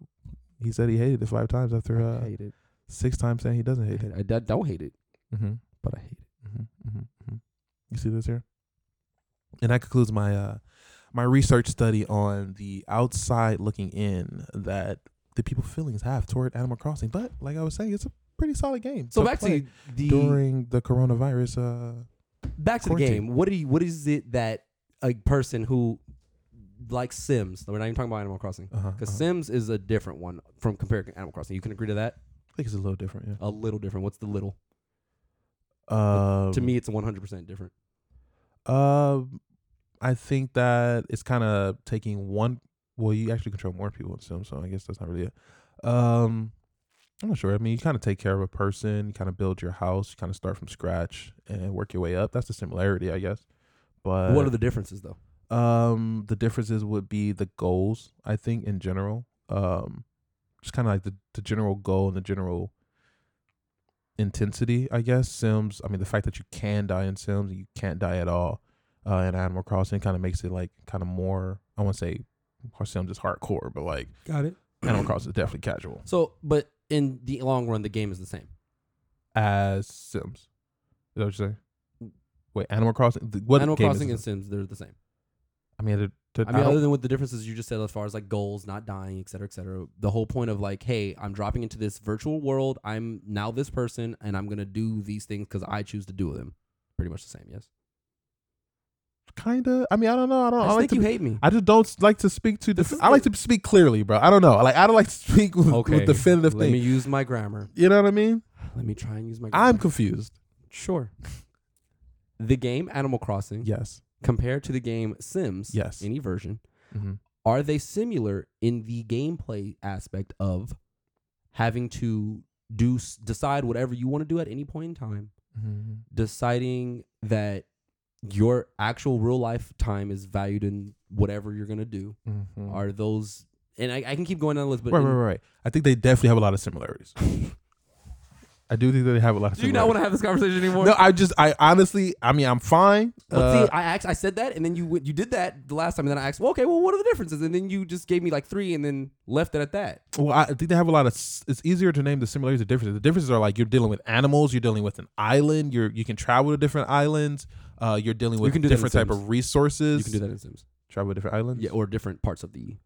S1: he said he hated it five times after uh,
S2: hate it.
S1: six times saying he doesn't hate it.
S2: I d- don't hate it,
S1: Mm-hmm.
S2: but I hate it.
S1: Mm-hmm, mm-hmm. You see this here? And that concludes my uh, my research study on the outside looking in that the people feelings have toward Animal Crossing. But like I was saying, it's a pretty solid game.
S2: So
S1: to
S2: back
S1: play
S2: to the
S1: during the coronavirus. Uh,
S2: back to the
S1: quarantine.
S2: game. What do you, what is it that a person who likes Sims? We're not even talking about Animal Crossing
S1: uh-huh,
S2: because
S1: uh-huh.
S2: Sims is a different one from compared to Animal Crossing. You can agree to that.
S1: I think it's a little different. Yeah.
S2: A little different. What's the little?
S1: Um,
S2: to me, it's one hundred percent different.
S1: Um, I think that it's kind of taking one. Well, you actually control more people in Sims, so I guess that's not really it. Um, I'm not sure. I mean, you kind of take care of a person, you kind of build your house, you kind of start from scratch and work your way up. That's the similarity, I guess. But
S2: what are the differences though?
S1: um the differences would be the goals i think in general um just kind of like the, the general goal and the general intensity i guess sims i mean the fact that you can die in sims and you can't die at all uh in animal crossing kind of makes it like kind of more i want to say of course sims is hardcore but like
S2: Got it.
S1: animal crossing is definitely casual
S2: So, but in the long run, the game is the same.
S1: as sims is that what you're saying wait animal crossing th- what
S2: Animal
S1: game
S2: Crossing
S1: is
S2: and
S1: this?
S2: Sims, they're the same.
S1: i mean, to,
S2: I mean, other than with the differences you just said, as far as like goals, not dying, et cetera, et cetera. The whole point of like, hey, I'm dropping into this virtual world. I'm now this person, and I'm gonna do these things because I choose to do them. Pretty much the same, yes.
S1: kind of i mean i don't know i don't
S2: I,
S1: I
S2: just
S1: like
S2: think
S1: to
S2: you hate me.
S1: I just don't s- like to speak to.
S2: This
S1: Def-
S2: is
S1: I like to speak clearly, bro. I don't know. Like I don't like to speak with, with definitive
S2: Let me
S1: things.
S2: use my grammar.
S1: You know what I mean?
S2: Let me try and use my. grammar.
S1: I'm confused.
S2: sure. the game Animal Crossing
S1: Yes.
S2: compared to the game Sims,
S1: Yes.
S2: any version,
S1: Mm-hmm.
S2: are they similar in the gameplay aspect of having to do s- decide whatever you want to do at any point in time? Mm-hmm, deciding that your actual real life time is valued in whatever you're gonna do
S1: Mm-hmm.
S2: are those and I, I can keep going down the list but
S1: right, right, right, right. I think they definitely have a lot of similarities. I do think that they have a lot of.
S2: do you not want
S1: similarities.
S2: to have this conversation anymore
S1: No, I just. I honestly. I mean, I'm fine.
S2: well,
S1: Uh,
S2: see, I asked, I said that, and then you went- you did that the last time, and then I asked, well, okay, well, what are the differences? And then you just gave me like three, and then left it at that.
S1: well, I think they have a lot of. s- It's easier to name the similarities. The differences. The differences are like you're dealing with animals. You're dealing with an island. You're you can travel to different islands. Uh, you're dealing with
S2: can do that in
S1: different type
S2: Sims.
S1: of resources.
S2: You can do that in Sims,
S1: Travel to different islands.
S2: yeah, or different parts of the.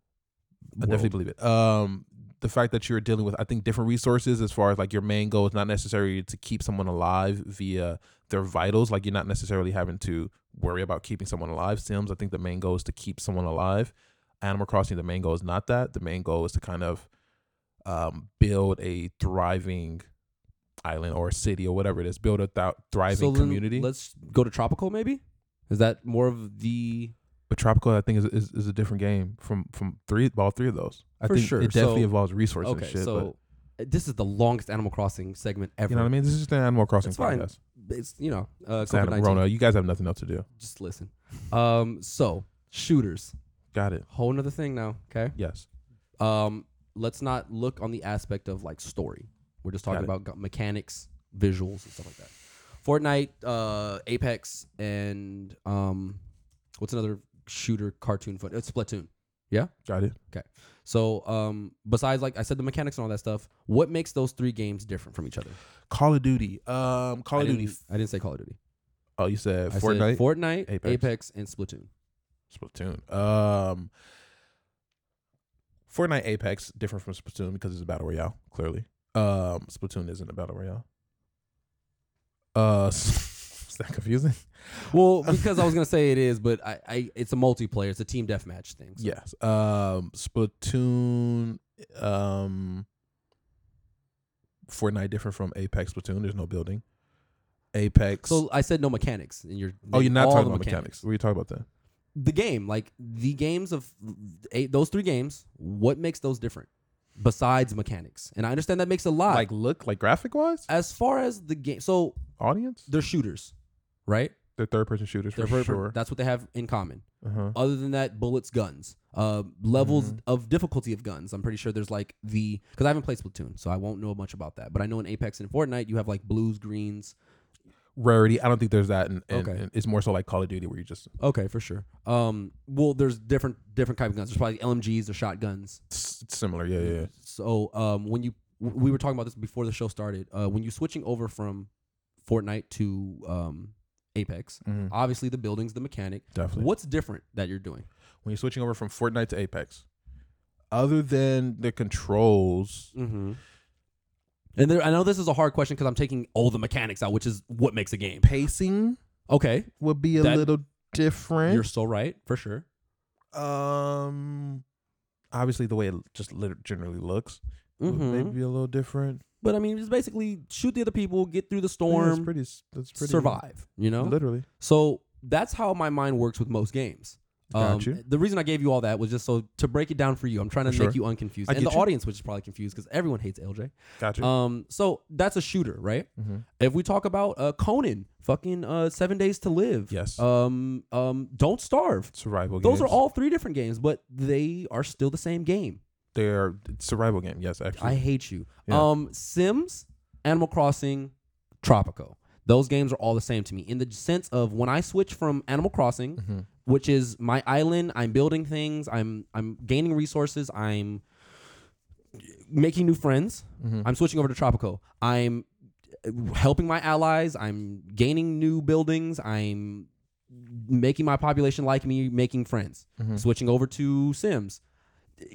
S1: I definitely believe it. Um, the the fact that you're dealing with I think different resources as far as like your main goal is not necessarily to keep someone alive via their vitals. Like you're not necessarily having to worry about keeping someone alive. Sims, I think the main goal is to keep someone alive. Animal Crossing, the main goal is not that. The main goal is to kind of um, build a thriving island or city or whatever it is. Build a th- thriving
S2: So then
S1: community.
S2: Let's go to tropical. Maybe is that more of the
S1: But Tropical, I think, is, is, is a different game from from three all three of those. I
S2: For
S1: think
S2: sure.
S1: it definitely
S2: So-
S1: involves resources
S2: okay?
S1: and shit.
S2: so uh, this is the longest Animal Crossing segment
S1: but
S2: ever.
S1: you know what I mean? This is just an Animal Crossing
S2: It's fine.
S1: podcast.
S2: It's you know, uh,
S1: It's Adam
S2: COVID-19.
S1: Rona. You guys have nothing else to do.
S2: Just listen. Um, so shooters,
S1: Got it.
S2: whole nother thing now. Okay.
S1: Yes.
S2: um, let's not look on the aspect of like story. We're just talking
S1: Got
S2: about gu- mechanics, visuals, and stuff like that. Fortnite, uh, Apex, and um, what's another shooter cartoon fun? It's Splatoon.
S1: Got it.
S2: So, um, besides like I said, the mechanics and all that stuff. What makes those three games different from each other?
S1: Call of Duty. Um, Call
S2: I
S1: of
S2: didn't,
S1: Duty.
S2: I didn't say Call of Duty.
S1: Oh, you said
S2: I
S1: Fortnite,
S2: said Fortnite,
S1: Apex.
S2: Apex. and Splatoon.
S1: Splatoon. Um, Fortnite Apex different from Splatoon because it's a battle royale. Clearly, um, Splatoon isn't a battle royale. Uh, is that confusing?
S2: Well, because I was gonna say it is, but I, I it's a multiplayer. It's a team deathmatch thing. So
S1: Yes. Um Splatoon um Fortnite different from Apex Splatoon. There's no building. Apex
S2: So I said no mechanics, and you're
S1: Oh, you're not
S2: all
S1: talking
S2: the
S1: about mechanics. What are you talking about then?
S2: the game, like the games of eight, those three games, what makes those different besides mechanics? And I understand that makes a lot.
S1: Like look, like graphic wise?
S2: as far as the game, so
S1: Audience?
S2: they're shooters, right?
S1: They're third person shooters
S2: They're
S1: for
S2: very-
S1: sure.
S2: That's what they have in common.
S1: uh-huh.
S2: Other than that, bullets, guns, uh, levels
S1: Mm-hmm.
S2: of difficulty of guns. I'm pretty sure there's like the because I haven't played Splatoon, so I won't know much about that. But I know in Apex and Fortnite, you have like blues, greens.
S1: Rarity. I don't think there's that in, in,
S2: Okay.
S1: in- it's more so like Call of Duty where you just
S2: Okay, for sure. Um, well, there's different different kind of guns. There's probably LMGs or shotguns.
S1: s- it's similar. Yeah, yeah, yeah.
S2: So um, when you w- we were talking about this before the show started, uh, when you switching over from Fortnite to um, Apex,
S1: Mhm.
S2: obviously the building's the mechanic.
S1: Definitely.
S2: What's different that you're doing?
S1: When you're switching over from Fortnite to Apex, other than the controls,
S2: Mm-hmm. And there, I know this is a hard question because I'm taking all the mechanics out, which is what makes a game.
S1: pacing
S2: Okay,
S1: would be a
S2: That-
S1: little different.
S2: you're so right for sure.
S1: Um, obviously the way it just lit- generally looks would
S2: Mhm.
S1: maybe be a little different.
S2: But I mean, it's basically shoot the other people, get through the
S1: But yeah,
S2: storm,
S1: it's pretty. s- That's pretty.
S2: survive. You know,
S1: Literally.
S2: So that's how my mind works with most games. Um,
S1: Got you.
S2: The reason I gave you all that was just so to break it down for you. I'm trying to
S1: For
S2: make you
S1: sure.
S2: unconfused,
S1: I
S2: and the
S1: get you.
S2: audience, which is probably confused because everyone hates LJ.
S1: Gotcha.
S2: Um, so that's a shooter, right?
S1: Mhm.
S2: If we talk about uh, Conan, fucking uh, Seven Days to Live,
S1: Yes.
S2: Um, um, Don't Starve.
S1: survival.
S2: Those are
S1: games.
S2: all three different games, but they are still the same game.
S1: They're it's survival game. Yes, actually.
S2: I hate you.
S1: Yeah.
S2: Um, Sims, Animal Crossing, Tropico. Those games are all the same to me in the sense of when I switch from Animal Crossing, which is my island, I'm building things, I'm I'm gaining resources, I'm making new friends. I'm switching over to Tropico. I'm helping my allies, I'm gaining new buildings, I'm making my population like me, making friends. Switching over to Sims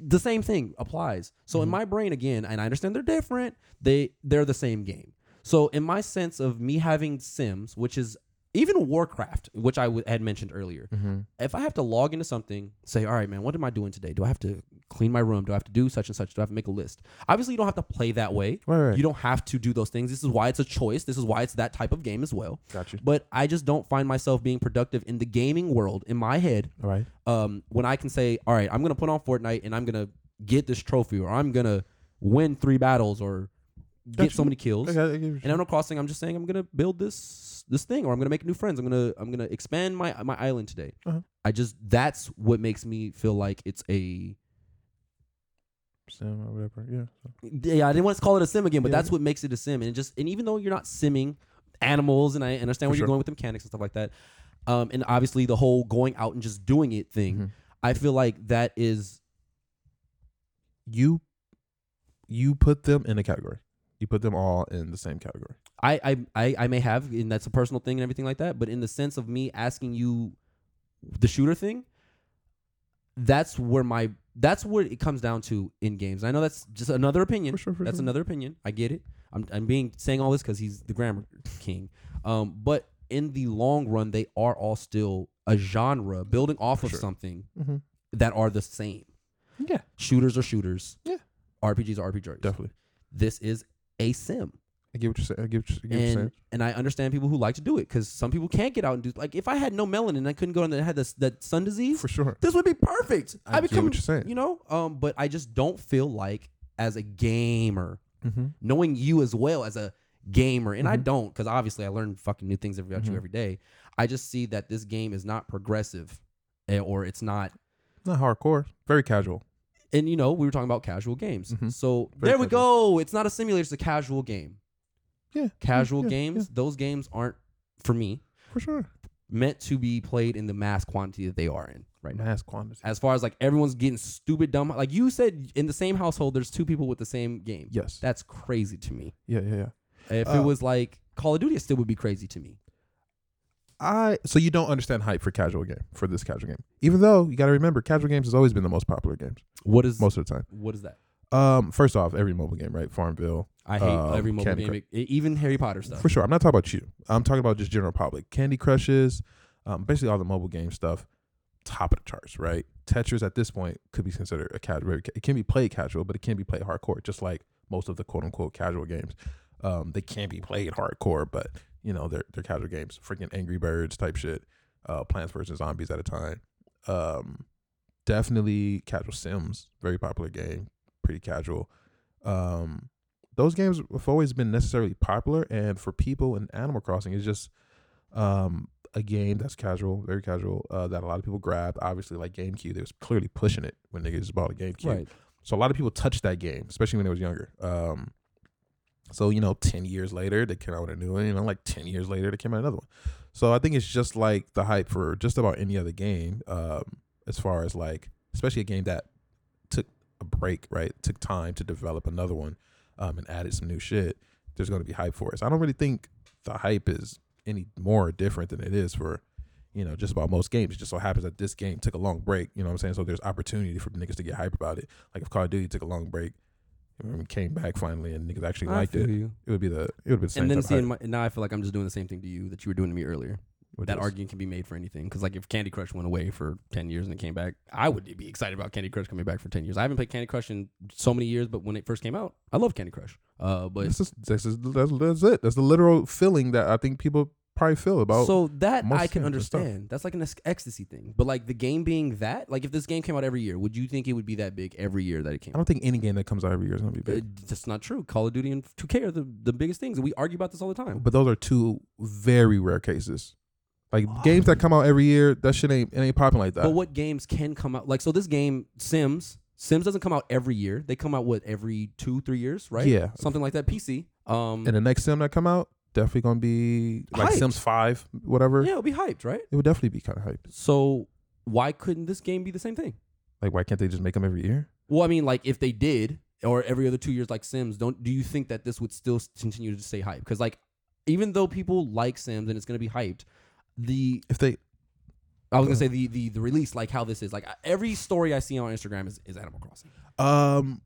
S2: the same thing applies. So in my brain again, and I understand they're different, they they're the same game. So in my sense of me having Sims, which is even Warcraft, which I w- had mentioned earlier,
S1: Mm-hmm.
S2: if I have to log into something, say, all right, man, what am I doing today? Do I have to clean my room? Do I have to do such and such? Do I have to make a list? Obviously, you don't have to play that way.
S1: Right, right.
S2: You don't have to do those things. This is why it's a choice. This is why it's that type of game as well.
S1: Gotcha.
S2: But I just don't find myself being productive in the gaming world in my head
S1: all right.
S2: um, when I can say, all right, I'm going to put on Fortnite and I'm going to get this trophy or I'm going to win three battles or get
S1: Gotcha.
S2: so many kills.
S1: Okay, I give you-
S2: And Animal Crossing, I'm just saying I'm gonna build this this thing, or I'm gonna make new friends. I'm gonna I'm gonna expand my my island today.
S1: Uh-huh.
S2: I just that's what makes me feel like it's a
S1: Sim or whatever. Yeah. so.
S2: yeah. I didn't want to call it a sim again, but
S1: Yeah.
S2: that's what makes it a sim. And it just and even though you're not simming animals, and I understand where
S1: For
S2: you're
S1: sure.
S2: going with the mechanics and stuff like that, um, and obviously the whole going out and just doing it thing,
S1: Mhm.
S2: I feel like that is
S1: You, you put them in a category. You put them all in the same category.
S2: I, I I I may have, and that's a personal thing and everything like that. But in the sense of me asking you the shooter thing, that's where my That's what it comes down to in games. I know that's just another opinion.
S1: For sure, for
S2: that's
S1: sure.
S2: another opinion. I get it. I'm I'm being saying all this because he's the grammar king. Um, but in the long run, they are all still a genre building off of something
S1: Mhm.
S2: that are the same.
S1: Yeah,
S2: Shooters are shooters.
S1: Yeah.
S2: RPGs are RPGs.
S1: definitely.
S2: This is a sim
S1: I get what you're saying. I get what you're, I get what you're
S2: and
S1: saying.
S2: and I understand people who like to do it because some people can't get out and do like if I had no melanin and I couldn't go and I had this that sun disease,
S1: For sure.
S2: this would be perfect.
S1: I
S2: I,
S1: get
S2: become
S1: what you're saying.
S2: you know, um, but I just don't feel like as a gamer
S1: Mm-hmm.
S2: knowing you as well as a gamer, and I don't because obviously I learn fucking new things about
S1: Mm-hmm.
S2: you every day. I just see that this game is not progressive, eh, or it's not.
S1: Not hardcore. Very casual.
S2: And you know, we were talking about casual games,
S1: Mhm.
S2: so
S1: Very
S2: there we go. It's not a simulator; it's a casual game.
S1: Yeah.
S2: Casual
S1: yeah,
S2: games; those games aren't for me.
S1: For sure.
S2: meant to be played in the mass quantity that they are in right now.
S1: Mass quantity.
S2: As far as like everyone's getting stupid dumb, like you said, in the same household, there's two people with the same game.
S1: Yes.
S2: That's crazy to me.
S1: yeah, yeah, yeah.
S2: If
S1: Uh,
S2: it was like Call of Duty, it still would be crazy to me.
S1: I so you don't understand hype for casual game for this casual game. Even though you got to remember, casual games has always been the most popular games
S2: What is
S1: most of the time.
S2: what is that?
S1: Um, first off, every mobile game, right? Farmville,
S2: I hate
S1: Um,
S2: every mobile
S1: Candy
S2: game, e- even Harry Potter stuff.
S1: for sure. I'm not talking about you. I'm talking about just general public. Candy Crushes, um, basically all the mobile game stuff, top of the charts, right? Tetris at this point could be considered a casual. It can be played casual, but it can be played hardcore, just like most of the quote unquote casual games. Um, they can be played hardcore, but you know they're they're casual games. Freaking Angry Birds type shit, uh, Plants vs Zombies at a time. Um, definitely casual Sims, very popular game, pretty casual. Um, those games have always been necessarily popular and for people in animal crossing it's just um a game that's casual very casual uh, that a lot of people grabbed obviously like gamecube they was clearly pushing it when niggas just bought a gamecube
S2: Right.
S1: so a lot of people touched that game especially when they was younger um so you know 10 years later they came out with a new one you know like 10 years later they came out another one so i think it's just like the hype for just about any other game um as far as like especially a game that took a break right took time to develop another one um, and added some new shit, there's going to be hype for it. So I don't really think the hype is any more different than it is for, you know, just about most games. It just so happens that this game took a long break. You know what I'm saying? So there's opportunity for niggas to get hype about it. Like if Call of Duty took a long break and came back finally and niggas actually
S2: I
S1: liked
S2: feel
S1: it,
S2: you.
S1: it would be the it would be the same.
S2: And then
S1: type of hype,
S2: seeing my, now I feel like I'm just doing the same thing to you that you were doing to me earlier.
S1: which
S2: that
S1: is-
S2: argument can be made for anything. Because like if Candy Crush went away for ten years and it came back, I would be excited about Candy Crush coming back for ten years. I haven't played Candy Crush in so many years, but when it first came out, I loved Candy Crush. Uh, but
S1: This is, this is that's, that's it. That's the literal feeling that I think people probably feel about.
S2: so that
S1: most
S2: I can
S1: things and stuff.
S2: understand. That's like an ec- ecstasy thing. But like the game being that, like if this game came out every year, would you think it would be that big every year that it came?
S1: I don't think any game that comes out every year is going to be big.
S2: out? It- Uh, That's not true. Call of Duty and 2K are the, the biggest things, and we argue about this all the time.
S1: But those are two very rare cases. Like games that come out every year, that shit ain't it ain't popping like that.
S2: But what games can come out? Like so, this game Sims. Sims doesn't come out every year. They come out what every two, three years, right?
S1: Yeah.
S2: something like that. PC. Um,
S1: and the next sim that come out, definitely gonna be like
S2: Hyped.
S1: Sims Five, whatever.
S2: yeah, it'll be hyped, right?
S1: It would definitely be kind of hyped.
S2: So why couldn't this game be the same thing?
S1: Like, why can't they just make them every year?
S2: Well, I mean, like if they did, or every other two years, like Sims, don't do you think that this would still s- continue to stay hype? Because like, even though people like Sims and it's gonna be hyped, the
S1: If they
S2: I was gonna say the the, the release, like how this is, like I- every story I see on Instagram is, is Animal Crossing.
S1: Um,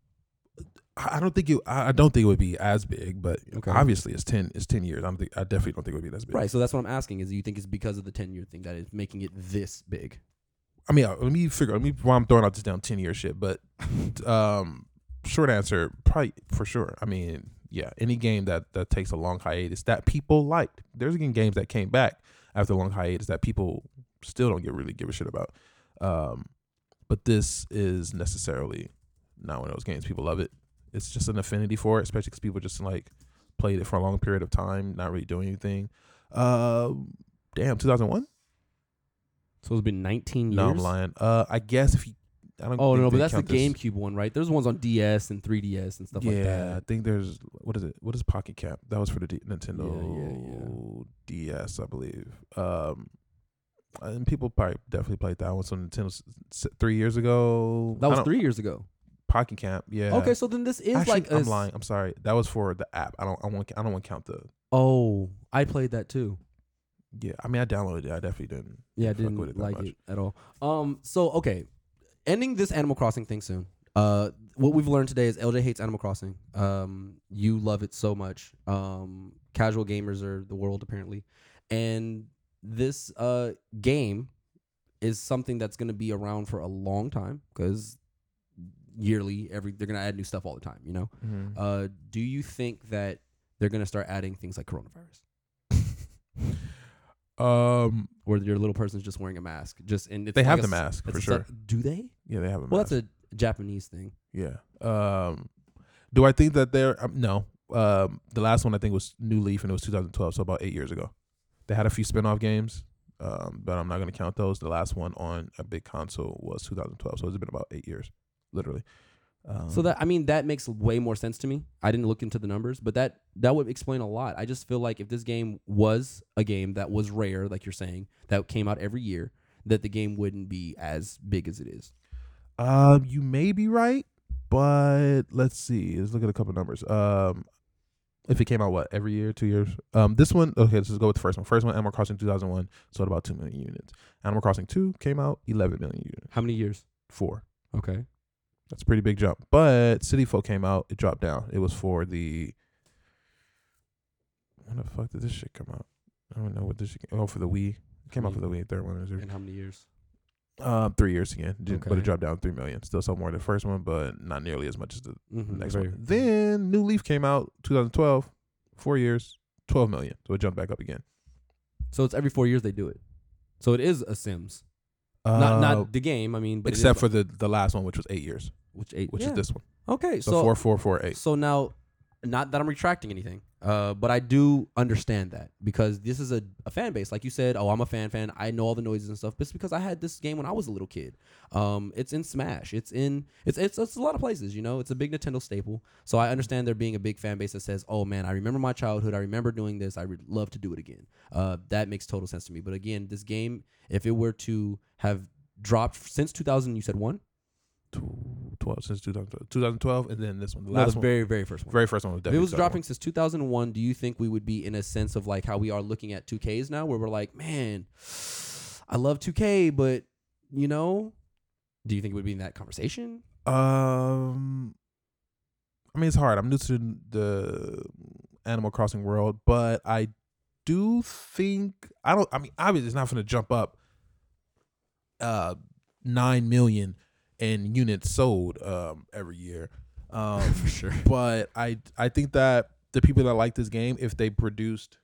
S1: I I don't think it. I I don't think it would be as big, but
S2: Okay.
S1: obviously it's ten. It's ten years. I don't think. I definitely don't think it would be as big.
S2: Right. So that's what I'm asking: is do you think it's because of the ten year thing that it's making it this big?
S1: I mean, uh, let me figure. Let me. While I'm throwing out this down ten year shit, but um, short answer, probably for sure. I mean, yeah, any game that that takes a long hiatus that people liked. There's again games that came back after a long hiatus that people still don't get really give a shit about. Um, but this is necessarily not one of those games. People love it. It's just an affinity for it, especially because people just like played it for a long period of time, not really doing anything. Uh, damn, 2001.
S2: So it's been 19 years.
S1: No, I'm lying. Uh, I guess if you, I don't.
S2: Oh
S1: think
S2: no,
S1: they
S2: but that's the
S1: count this-
S2: GameCube one, right? There's ones on DS and 3DS and stuff
S1: yeah,
S2: like that.
S1: I think there's what is it? What is Pocket Camp? That was for the D- Nintendo DS, I believe. Um, and people probably definitely played that one. So Nintendo s- s- three years ago.
S2: That
S1: I
S2: was
S1: don't-
S2: three years ago.
S1: Pocket Camp. Yeah.
S2: Okay, so then this is
S1: Actually,
S2: like a
S1: I'm
S2: s-
S1: lying. I'm sorry. That was for the app. I don't. I want. I don't want to count the.
S2: Oh, I played that too.
S1: Yeah. I mean, I downloaded it. I definitely didn't.
S2: Yeah, I
S1: fuck with
S2: didn't
S1: that
S2: like
S1: much.
S2: it at all. Um, so okay, ending this Animal Crossing thing soon. Uh, what we've learned today is LJ hates Animal Crossing. Um, you love it so much. Um, casual gamers are the world apparently, and this uh game is something that's going to be around for a long time because yearly every they're going to add new stuff all the time. You know. Uh, do you think that they're going to start adding things like coronavirus,
S1: Um,
S2: where your little person's just wearing a mask? Just and it's
S1: they
S2: like
S1: have
S2: a
S1: the
S2: s-
S1: mask
S2: it's
S1: for
S2: a
S1: sure.
S2: sub- do they?
S1: yeah, they have a
S2: Well,
S1: mask.
S2: that's a Japanese thing.
S1: yeah. Um, do I think that they're um, no? Um, the last one I think was New Leaf, and it was 2012, so about eight years ago. They had a few spin-off games, um, but I'm not going to count those. The last one on a big console was 2012, so it's been about eight years, literally. Um,
S2: So that I mean that makes way more sense to me. I didn't look into the numbers, but that that would explain a lot. I just feel like if this game was a game that was rare, like you're saying, that came out every year, that the game wouldn't be as big as it is.
S1: Um, you may be right, but let's see. Let's look at a couple numbers. Um, if it came out what every year, two years. Um, this one. Okay, let's just go with the first one. First one, Animal Crossing 2001 sold about two million units. Animal Crossing 2 came out 11 million units.
S2: How many years?
S1: Four.
S2: Okay.
S1: That's a pretty big jump. But City Folk came out. It dropped down. It was for the. When the fuck did this shit come out? I don't know what this shit. Came, oh, for the Wii. It came out for the Wii. Third one. It was
S2: And how many years?
S1: um, three years again, Did- but
S2: Okay.
S1: it dropped down three million. Still sold more than the first one, but not nearly as much as the
S2: Mm-hmm.
S1: next one. Then New Leaf came out 2012, four years, 12 million. So it jumped back up again.
S2: So it's every four years they do it. So it is a Sims, not
S1: Uh,
S2: not the game. I mean, but it is
S1: except
S2: a-
S1: for the the last one, which was eight years,
S2: which eight,
S1: which
S2: yeah.
S1: is this one.
S2: Okay,
S1: So,
S2: so
S1: four, four, four, eight.
S2: So now, not that I'm retracting anything, uh, but I do understand that because this is a, a fan base. Like you said, oh, I'm a fan fan. I know all the noises and stuff. But it's because I had this game when I was a little kid. Um, it's in Smash. It's in it's it's, it's a lot of places. You know, it's a big Nintendo staple. So I understand there being a big fan base that says, oh man, I remember my childhood. I remember doing this. I would love to do it again. Uh, that makes total sense to me. But again, this game, if it were to have dropped since 2000, you said one.
S1: Tw- 12, since 2012, 2012, and then this one. The
S2: No, the
S1: last one. Very,
S2: very very first one.
S1: first one was
S2: If
S1: definitely.
S2: it was
S1: 2001.
S2: dropping since 2001, do you think we would be in a sense of like how we are looking at 2Ks now, where we're like, man, I love 2K, but you know, do you think it would be in that conversation?
S1: Um, I mean, it's hard. I'm new to the Animal Crossing world, but I do think I don't. I mean, obviously, it's not going to jump up. Uh, nine million in units sold um every year. Um,
S2: sure.
S1: but I I think that the people that like this game, if they produced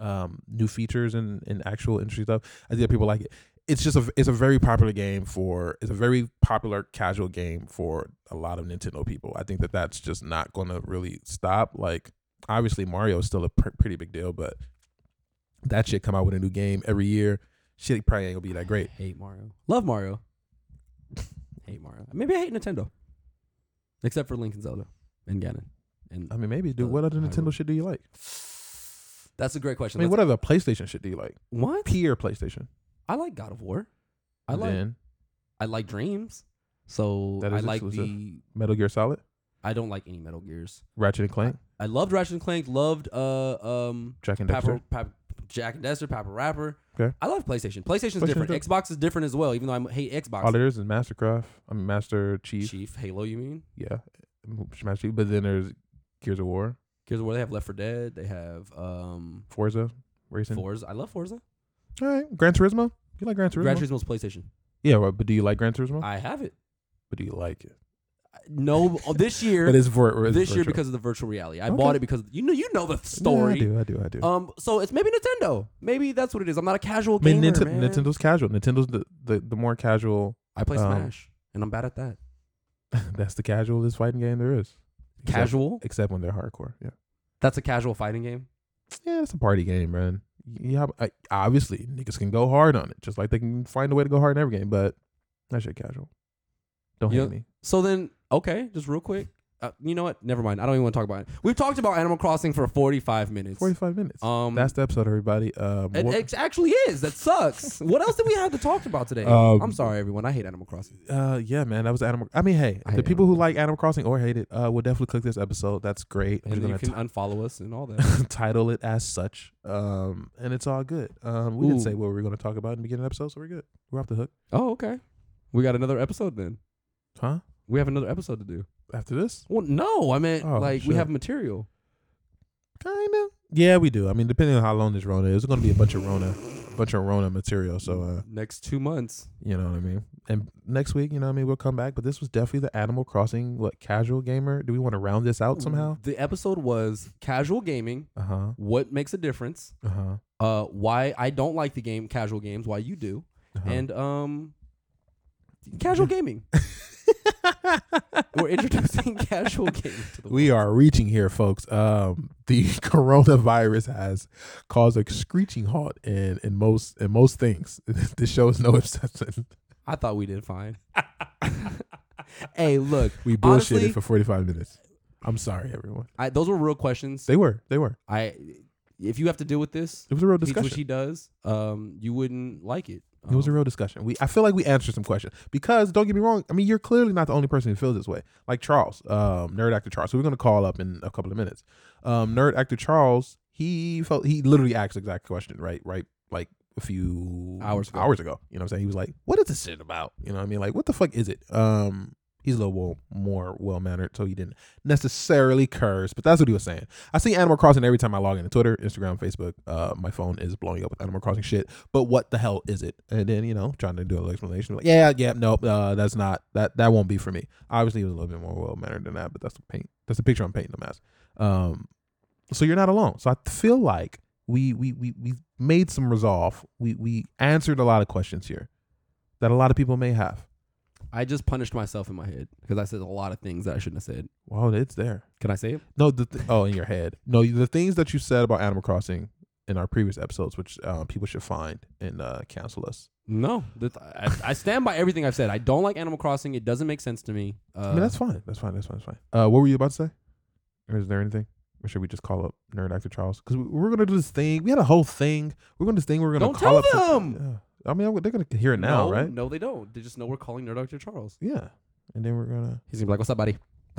S1: um, new features and, and actual industry stuff, I think that people like it. It's just a it's a very popular game for it's a very popular casual game for a lot of Nintendo people. I think that that's just not going to really stop. Like obviously Mario is still a pr- pretty big deal, but that shit come out with a new game every year. Shit probably ain't gonna be that great.
S2: Hate Mario. Love Mario. hate Mario. Maybe I hate Nintendo, except for Link and Zelda and Ganon. And
S1: I mean, maybe dude.
S2: Uh,
S1: What other
S2: I
S1: Nintendo
S2: would-
S1: shit do you like?
S2: that's a great
S1: I
S2: question.
S1: mean,
S2: Let's-
S1: what other PlayStation shit do you like?
S2: what?
S1: Pure PlayStation.
S2: I like God of War. I like
S1: Then
S2: I like Dreams. So
S1: That
S2: I
S1: is
S2: like
S1: exclusive.
S2: the.
S1: Metal Gear Solid,
S2: I don't like any Metal Gears.
S1: Ratchet and Clank.
S2: I loved Ratchet and Clank. Loved uh um
S1: Jack and Dexter.
S2: Papa, Pap Jack and Dexter, Papa Rapper.
S1: Okay.
S2: I love PlayStation. Playstation's
S1: PlayStation
S2: different.
S1: is
S2: Xbox is different as well. Even though I hate Xbox.
S1: All there is is Mastercraft. I mean Master Chief.
S2: Chief Halo, you mean?
S1: Yeah, Smash Chief. But then there's Gears of War,
S2: Here's where they have Left for Dead. They have um
S1: Forza Racing.
S2: Forza. I love Forza.
S1: All right, Gran Turismo. You like Gran Turismo? Oh.
S2: Gran Turismo's PlayStation.
S1: yeah, well, but do you like Gran Turismo?
S2: I have it.
S1: but do you like it?
S2: No, oh, this year.
S1: But it's for it's
S2: this year
S1: virtual.
S2: because of the virtual reality. I
S1: Okay.
S2: bought it because you know you know the story.
S1: Yeah, I do. I do. I do.
S2: Um, so it's maybe Nintendo. Maybe that's what it is. I'm not a casual
S1: I mean,
S2: gamer,
S1: Ninte-
S2: man.
S1: Nintendo's casual. Nintendo's the, the, the more casual.
S2: I play
S1: um,
S2: Smash, and I'm bad at that.
S1: That's the casualest fighting game there is. Except-
S2: Casual.
S1: except when they're hardcore. Yeah,
S2: That's a casual fighting game.
S1: yeah, it's a party game, man. Yeah, I, obviously niggas can go hard on it, just like they can find a way to go hard in every game. But that shit casual. Don't
S2: You
S1: hate
S2: know-
S1: me.
S2: So then, okay, just real quick. Uh, you know what? Never mind. I don't even want to talk about it. We've talked about Animal Crossing for 45 minutes.
S1: Forty-five minutes.
S2: Um,
S1: That's the episode, everybody. Um,
S2: it,
S1: what-
S2: it actually is. That sucks. what else did we have to talk about today?
S1: Um,
S2: I'm sorry, everyone. I hate Animal Crossing.
S1: uh, yeah, man, that was Animal. I mean, hey,
S2: I
S1: the
S2: hate
S1: people
S2: Animal
S1: who like Animal Crossing or hate it, uh, will definitely click this episode. That's great. We're
S2: And you
S1: gonna
S2: can
S1: t-
S2: unfollow us and all that.
S1: title it as such. Um, and it's all good. Um, we
S2: Ooh.
S1: didn't say what we were gonna talk about in the beginning of the episode, so we're good. We're off the hook.
S2: oh, okay. We got another episode then.
S1: Huh?
S2: We have another episode to do.
S1: After this?
S2: Well, no, I meant
S1: Oh,
S2: like
S1: shit.
S2: we have material.
S1: Kind of. Yeah, we do. I mean, depending on how long this Rona is, it's going to be a bunch of Rona, bunch of Rona material. So, uh,
S2: Next two months.
S1: you know what I mean? And next week, you know what I mean? We'll come back. But this was definitely the Animal Crossing, what, casual gamer? Do we want to round this out somehow?
S2: The episode was casual gaming.
S1: Uh huh.
S2: What makes a difference?
S1: Uh huh.
S2: Uh, why I don't like the game casual games. Why you do?
S1: Uh-huh.
S2: And um, casual gaming. We're introducing casual gaming to the world.
S1: We are reaching here, folks. Um, the coronavirus has caused a screeching halt in, in most in most things. this show is no exception.
S2: I thought we did fine. hey, look,
S1: We bullshitted
S2: Honestly-
S1: for forty five minutes. I'm sorry, everyone.
S2: I, those were real questions.
S1: They were. They were.
S2: I, if you have to deal with this,
S1: It was a real
S2: it's
S1: discussion.
S2: what she does. Um, you wouldn't like it.
S1: It was a
S2: Um,
S1: real discussion. We I feel like we answered some questions because don't get me wrong. I mean, you're clearly not the only person who feels this way. Like Charles, um, nerd actor Charles, who we're gonna call up in a couple of minutes. Um, nerd actor Charles, he felt he literally asked the exact question right, right, like a few
S2: Hours ago.
S1: hours ago. You know what I'm saying? He was like, "What is this shit about?" You know what I mean? Like, what the fuck is it? Um, he's a little more, more well mannered, so he didn't necessarily curse, but that's what he was saying. I see Animal Crossing every time I log into Twitter, Instagram, Facebook. Uh, my phone is blowing up with Animal Crossing shit. But what the hell is it? And then you know, trying to do an explanation, like, yeah, yeah, no, uh, that's not that that won't be for me. Obviously, he was a little bit more well mannered than that, but that's the paint. That's the picture I'm painting the mask. Um, so you're not alone. So I feel like we we we we made some resolve. We we answered a lot of questions here that a lot of people may have.
S2: I just punished myself in my head because I said a lot of things that I shouldn't have said.
S1: Wow, it's there.
S2: Can I say it?
S1: No, the th- oh, in your head. No, the things that you said about Animal Crossing in our previous episodes, which uh, people should find and uh, cancel us.
S2: No, that- I, I stand by everything I've said. I don't like Animal Crossing. It doesn't make sense to me. Uh,
S1: I mean, that's fine. That's fine. That's fine. That's fine. Uh, what were you about to say? Or is there anything? Or should we just call up Nerd Actor Charles? Because we, we're gonna do this thing. We had a whole thing. We're gonna do this thing. We're gonna
S2: Don't
S1: call
S2: tell
S1: up
S2: them!
S1: Yeah. I mean, I'm- they're gonna hear it now,
S2: no,
S1: right?
S2: No, they don't. They just know we're calling Nerd Doctor Charles.
S1: Yeah. And then we're gonna.
S2: He's gonna be like, "What's up, buddy?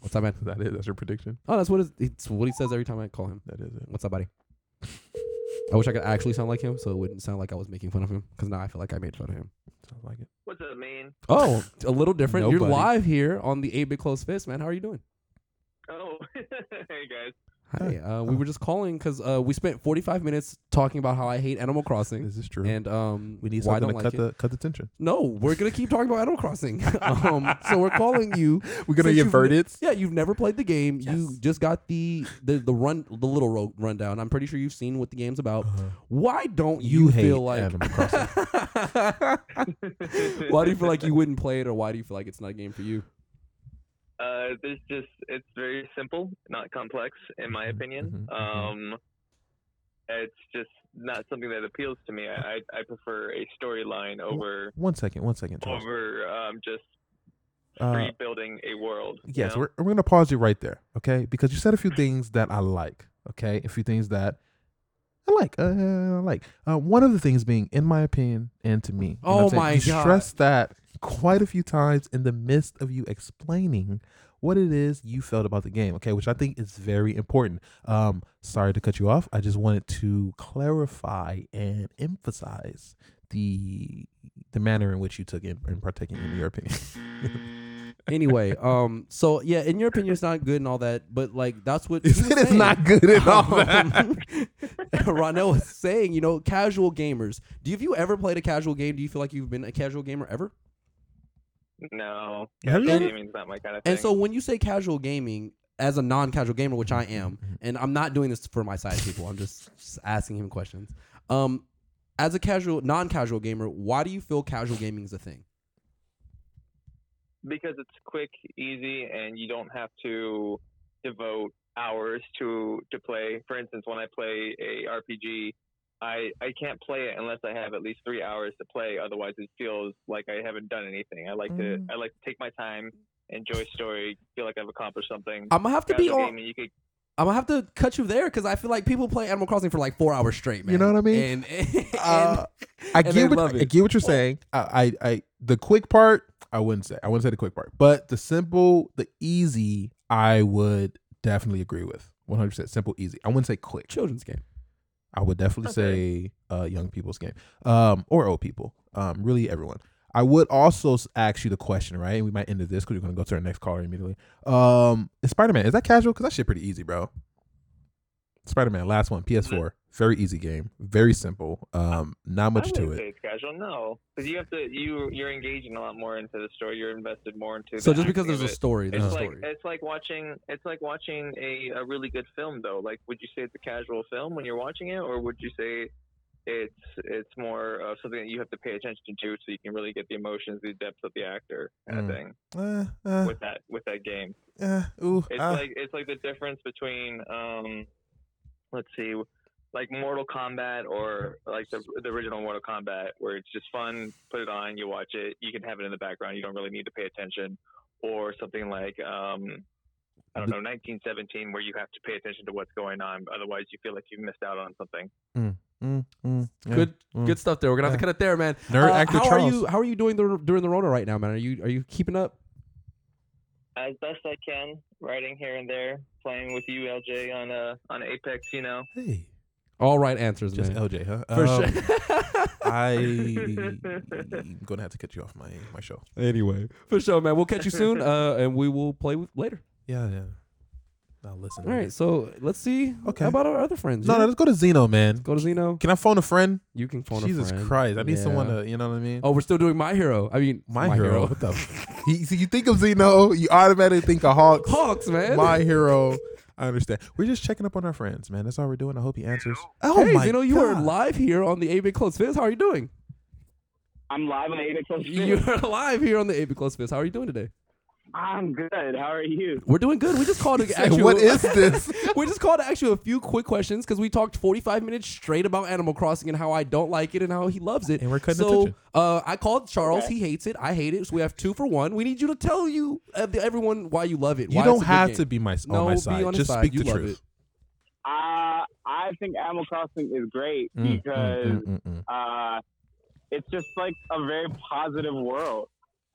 S2: What's up, man?"
S1: That is. That's your prediction.
S2: Oh, that's what is, it's what he says every time I call him.
S1: That is it.
S2: What's up, buddy? I wish I could actually sound like him, so it wouldn't sound like I was making fun of him. Because now I feel like I made fun of him.
S1: Sounds like it.
S3: What's up, man?
S2: Oh, a little different.
S1: No,
S2: You're
S1: buddy.
S2: live here on the 8 Bit Close Fist, man. How are you doing?
S3: Oh, hey guys.
S2: Hi. Uh, we
S1: Huh.
S2: were just calling because uh, we spent 45 minutes talking about how I hate Animal Crossing.
S1: This is true.
S2: And um,
S1: we need
S2: why I
S1: something to
S2: don't
S1: cut
S2: like it.
S1: the cut the tension.
S2: No, we're gonna keep talking about Animal Crossing. um, so we're calling you.
S1: We're
S2: Since you've-
S1: verdicts.
S2: Yeah, you've never played the game. You
S1: Yes.
S2: just got the the the run the little ro- rundown. I'm pretty sure you've seen what the game's about.
S1: Uh-huh.
S2: Why don't you,
S1: You, hate
S2: feel like?
S1: Animal Crossing.
S2: why do you feel like you wouldn't play it, or why do you feel like it's not a game for you?
S3: Uh, there's just it's very simple, not complex, in my
S2: Mm-hmm,
S1: Mhm,
S3: opinion.
S1: mhm, mhm.
S3: Um, it's just not something that appeals to me. I I, I prefer a storyline over
S1: one second. One second, Charles.
S3: over um just
S1: Uh,
S3: rebuilding a world. you
S1: Yes,
S3: know?
S1: we're, we're gonna pause you right there, okay? Because you said a few things that I like, okay? A few things that I like, uh, I like. Uh, one of the things being, in my opinion, and to me, you know what I'm
S2: Oh
S1: saying?
S2: my
S1: you
S2: God.
S1: stressed that quite a few times in the midst of you explaining what it is you felt about the game, okay? Which I think is very important. Um, sorry to cut you off. I just wanted to clarify and emphasize the the manner in which you took in, in partaking in your opinion.
S2: Anyway, um, so yeah, in your opinion, it's not good and all that, but like that's what he was
S1: it is
S2: saying.
S1: not good at all.
S2: Um, Ronell was saying, you know, casual gamers. Do you, have you ever played a casual game? Do you feel like you've been a casual gamer ever?
S3: No,
S1: Have you
S3: casual
S1: ever-
S3: gaming's not my kind of thing.
S2: And so when you say casual gaming, as a non-casual gamer, which I am,
S1: Mm-hmm.
S2: and I'm not doing this for my side people. I'm just, just asking him questions. Um, as a casual, non-casual gamer, why do you feel casual gaming is a thing?
S3: because it's quick, easy, and you don't have to devote hours to to play. For instance, when I play a RPG, I I can't play it unless I have at least three hours to play. Otherwise, it feels like I haven't done anything. I like
S1: Mm.
S3: to I like to take my time, enjoy story, feel like I've accomplished something.
S2: I'm gonna have to be
S3: Casual
S2: on.
S3: gaming, you could
S2: I'm gonna have to cut you there because I feel like people play Animal Crossing for like four hours straight, man.
S1: You know what I mean?
S2: And, and,
S1: Uh, I
S2: and they
S1: get what
S2: love
S1: I
S2: it.
S1: get what you're saying. I, I I the quick part I wouldn't say I wouldn't say the quick part, but the simple, the easy I would definitely agree with. 100 percent simple, easy. I wouldn't say quick.
S2: children's game.
S1: I would definitely say uh, young people's game, um, or old people, um, really everyone. I would also s- ask you the question, right? And we might end this because we're gonna go to our next caller immediately. Um, is Spider Man is that casual? Because that shit pretty easy, bro. Spider Man, last one, PS4,
S2: Mm-hmm.
S1: very easy game, very simple. Um, not much
S3: I
S1: to
S3: wouldn't
S1: it.
S3: say it's casual, no, because you have to you you're engaging a lot more into the story. You're invested more into.
S2: So
S3: the
S2: just because
S3: acting
S2: there's a
S3: of it.
S2: story, there's
S3: It's
S2: a
S3: like
S2: story.
S3: it's like watching it's like watching a, a really good film though. Like, would you say it's a casual film when you're watching it, or would you say it's it's more uh, something that you have to pay attention to so you can really get the emotions, the depth of the actor kind
S1: Mm.
S3: of thing
S1: Uh, uh,
S3: with that with that game.
S1: uh, ooh,
S3: It's
S1: ah.
S3: like it's like the difference between um, let's see, like Mortal Kombat or like the the original Mortal Kombat, where it's just fun. Put it on, you watch it. You can have it in the background. You don't really need to pay attention, or something like um, I don't know, 1917, where you have to pay attention to what's going on. Otherwise, you feel like you've missed out on something.
S1: Mm, mm, yeah.
S2: Good,
S1: Mm.
S2: good stuff there. We're gonna have to cut it there, man.
S1: Nerd
S2: Uh,
S1: actor
S2: how
S1: Charles.
S2: are you? How are you doing the, during the Rona right now, man? Are you are you keeping up?
S3: As best I can, writing here and there, playing with you, LJ, on uh, on Apex. You know,
S1: Hey,
S2: All right answers,
S1: just
S2: man.
S1: LJ, huh?
S2: For
S1: Um,
S2: sure.
S1: I'm gonna have to cut you off my my show.
S2: anyway, for sure, man. We'll catch you soon, uh, and we will play with later.
S1: Yeah, yeah. Now listen.
S2: All right, so let's see.
S1: Okay.
S2: How about our other friends?
S1: No,
S2: Yeah.
S1: no, let's go to Zeno, man.
S2: go to Zeno.
S1: Can I phone a friend?
S2: You can phone
S1: Jesus
S2: a friend.
S1: Christ, I need someone
S2: Yeah.
S1: to, you know what I mean?
S2: Oh, we're still doing My Hero. I mean,
S1: my, hero. What the? F- he, see, you think of Zeno, you automatically think of Hawks.
S2: Hawks, man.
S1: My hero. I understand. We're just checking up on our friends, man. That's all we're doing. I hope he answers. Oh
S2: hey,
S1: my
S2: Zeno, you are
S1: God.
S2: live here on the A Big Close Fist. How are you doing?
S4: I'm live on Ada Close.
S2: You are live here on the A Big Close Fist. How are you doing today?
S4: I'm good. How are you?
S2: We're doing good. We just called to ask
S1: Say,
S2: you.
S1: what is this?
S2: we just called to ask you a few quick questions because we talked 45 minutes straight about Animal Crossing and how I don't like it and how he loves it.
S1: And we're cutting
S2: so,
S1: attention.
S2: uh, I called Charles.
S4: Okay.
S2: He hates it. I hate it. So we have two for one. We need you to tell you uh, everyone why you love it.
S1: you
S2: why it's a
S1: don't
S2: good
S1: have
S2: game.
S1: to be my s-
S2: No,
S1: on my
S2: be
S1: side.
S2: on his
S1: just
S2: side.
S1: speak
S2: You
S1: the
S2: love
S1: truth.
S4: Uh, I think Animal Crossing is great
S1: Mm, mm,
S4: because
S1: mm, mm, mm.
S4: uh, it's just like a very positive world.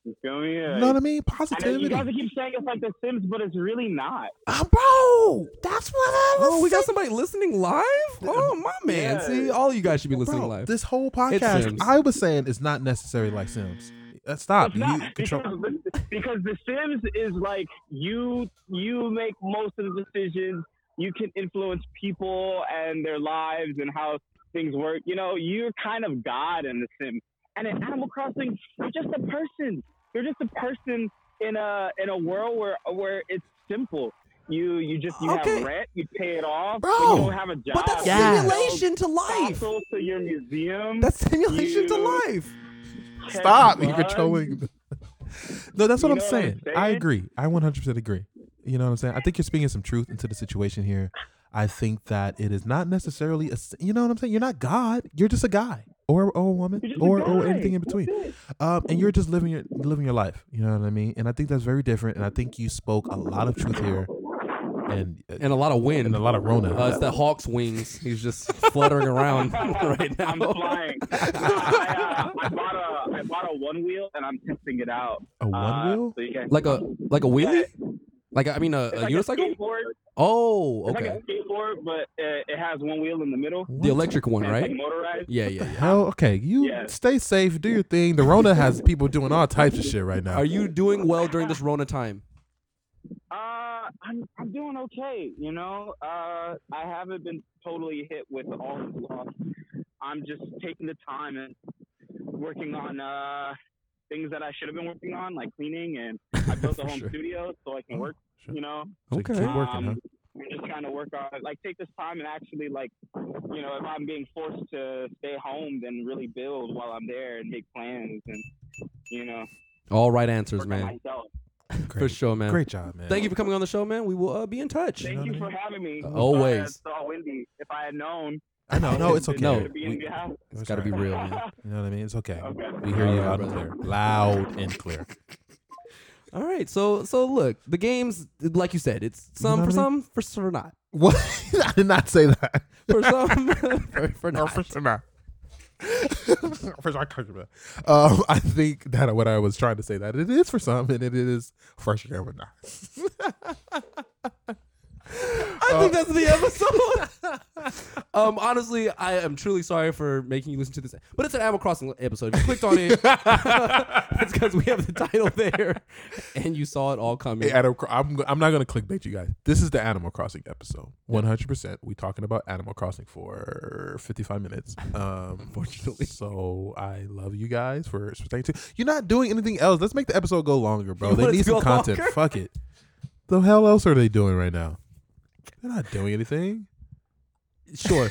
S4: You feel me?
S1: You
S4: Like,
S1: know what I mean?
S4: I know you
S1: Positivity.
S4: guys keep saying it's like The Sims, but it's really not.
S1: Ah, bro, that's what I was
S2: Oh, we got somebody listening live? Oh, my man.
S4: Yeah.
S2: See, all you guys should be listening
S1: Bro,
S2: live.
S1: This whole
S2: Sims.
S1: podcast, I was saying, is not necessarily like Sims. Uh, stop.
S4: It's
S1: You
S4: not
S1: control.
S4: because, because The Sims is like you you make most of the decisions. You can influence people and their lives and how things work. You know, you're kind of God in The Sims. And in Animal Crossing, you're just a person. You're just a person in a in a world where where it's simple. You you just you
S2: Okay.
S4: have rent, you pay it off,
S2: Bro,
S4: but you don't have a job.
S2: But that's
S4: You build
S2: simulation to life.
S4: fossils to your museum.
S2: That's simulation to
S4: You-
S2: life.
S1: Stop.
S4: Ted
S1: You're
S4: Bundy.
S1: controlling. no, that's what, I'm,
S4: You know what I'm
S1: saying. I
S4: saying?
S1: agree. I 100% agree. You know what I'm saying? I think you're speaking some truth into the situation here. I think that it is not necessarily a. s- You know what I'm saying? You're not God. You're just a guy or or a woman
S4: You're just a
S1: or or
S4: guy.
S1: anything in
S4: That's
S1: between.
S4: it.
S1: Um, and you're just living your living your life. You know what I mean? And I think that's very different. And I think you spoke a lot of truth here. And uh,
S2: And a lot of wind.
S1: And a lot of Rona.
S2: Uh, it's the Hawk's wings. He's just fluttering around right now.
S4: I'm flying. I, uh, I bought a I bought a one wheel and I'm testing it out.
S1: a one
S4: Uh,
S1: wheel.
S4: So you guys,
S2: Like a like a wheelie? Like I mean a,
S4: it's
S2: a
S4: like
S2: unicycle?
S4: skateboard.
S2: Oh,
S4: It's
S2: okay.
S4: like a skateboard, but it, it has one wheel in the middle.
S2: The electric one,
S4: and It's
S2: right?
S4: like motorized.
S2: Yeah, yeah, yeah.
S1: Hell, okay. You
S4: Yeah.
S1: stay safe. Do your thing. The Rona has people doing all types of shit right now.
S2: Are you doing well during this Rona time?
S4: Uh, I'm I'm doing okay. You know, uh, I haven't been totally hit with all the loss. I'm just taking the time and working on uh things that I should have been working on, like cleaning, and I built a
S2: For
S4: home
S2: sure.
S4: studio so I can
S1: Oh,
S4: work.
S1: sure.
S4: You know,
S1: So
S2: Okay.
S1: Keep working, huh?
S4: Um, and just kind of work on like take this time and actually like you know if i'm being forced to stay home then really build while i'm there and make plans and you know
S2: All right answers,
S4: work on
S2: man.
S4: myself
S2: For
S1: Great.
S2: sure, man.
S1: Great job, man.
S2: Thank you for coming on the show, man. We will uh, be in touch.
S4: thank
S1: know
S4: you
S1: what I
S4: for having me
S2: Uh, always.
S4: Sorry I saw windy if i had known
S1: I know. No, it's okay.
S2: No,
S4: to be in
S2: we-
S4: your house.
S2: It's got to be
S1: alright.
S2: real, man.
S1: You know what I mean? It's okay.
S4: Okay.
S1: We hear you
S2: Alright,
S1: loud and
S2: brother.
S1: clear. Loud and clear.
S2: All right, so so look, the games, like you said, it's some
S1: know
S2: for
S1: what I
S2: some, for for not,
S1: What? I did not say that.
S2: for some, for, for
S1: Or
S2: not.
S1: for sure not. For sure, I can't remember. um, I think that what I was trying to say that it is for some and it is for sure not.
S2: I think that's the
S1: Uh,
S2: episode. um, honestly, I am truly sorry for making you listen to this, but it's an Animal Crossing episode. If you clicked on it, it's because we have the title there, and you saw it all coming.
S1: Hey, Adam, Cro- I'm, I'm not going to clickbait you guys. This is the Animal Crossing episode. 100%. we talking about Animal Crossing for 55 minutes. Um, Unfortunately. So I love you guys for staying tuned. You're not doing anything else. Let's make the episode go longer, bro.
S2: You
S1: They
S2: want it
S1: need
S2: to
S1: some
S2: go
S1: content.
S2: longer?
S1: Fuck it. The hell else are they doing right now? They're not doing anything.
S2: Sure.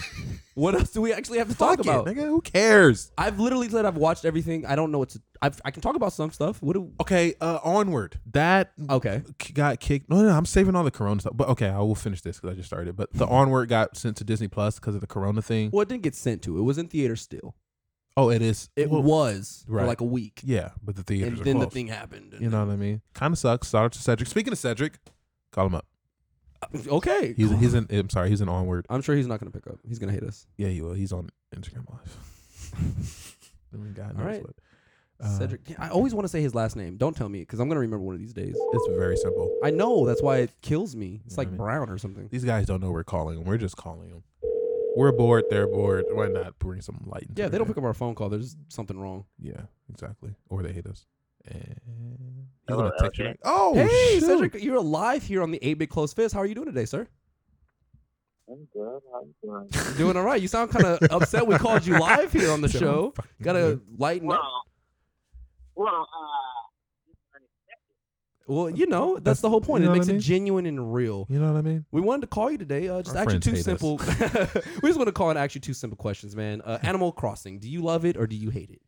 S2: what else do we actually have to
S1: Fuck
S2: talk
S1: it,
S2: about?
S1: nigga. Who cares?
S2: I've literally said I've watched everything. I don't know what to. I've, I can talk about some stuff. What do?
S1: Okay, uh, onward. That uh,
S2: Okay.
S1: k- got kicked. No, no, I'm saving all the Corona stuff. But okay, I will finish this because I just started. But
S2: Mm-hmm.
S1: the onward got sent to Disney Plus because of the Corona thing.
S2: Well, it didn't get sent to. It was in theater still.
S1: Oh, it is.
S2: It
S1: well,
S2: was
S1: right.
S2: for like a week,
S1: Yeah, but the theaters
S2: and
S1: are
S2: then the
S1: closed.
S2: thing happened. and
S1: you know what I mean? Kind of sucks. Shout out to Cedric. Speaking of Cedric, call him up.
S2: then- Okay.
S1: He's he's an. I'm sorry, he's an onward.
S2: I'm sure he's not gonna pick up. He's gonna hate us.
S1: Yeah, he will. He's on Instagram Live. I mean, God
S2: All
S1: knows
S2: right.
S1: what. Uh,
S2: Cedric. Yeah, I always want to say his last name. Don't tell me because I'm gonna remember one of these days.
S1: It's very simple.
S2: I know that's why it kills me. It's like
S1: Mhm.
S2: Brown or something.
S1: These guys don't know we're calling them. We're just calling them. We're bored. They're bored. Why not bring some light? Into
S2: Yeah, they
S1: their
S2: don't
S1: day?
S2: pick up our phone call. There's something wrong.
S1: Yeah, exactly. Or they hate us. And he's
S3: Hello,
S1: gonna text you.
S3: LJ.
S1: back. Oh,
S2: hey,
S1: shoot.
S2: Cedric, you're alive here on the 8 Bit Close Fist. How are you doing today, sir?
S3: I'm good. I'm good.
S2: You're doing all right. You sound kind of upset. We called you live here on the
S1: Don't
S2: show.
S1: fucking do
S2: Gotta
S1: it.
S2: lighten up.
S5: Well, well, uh,
S2: Well, you know, that's,
S1: That's-
S2: the whole point.
S1: you know
S2: it
S1: what
S2: makes
S1: I mean?
S2: it genuine and real.
S1: You know what I mean?
S2: We wanted to call you today. Uh, just
S1: Our
S2: actually
S1: friends
S2: two
S1: hate us.
S2: simple. we just want to call and ask you two simple questions, man. Uh, Animal Crossing. Do you love it or do you hate it?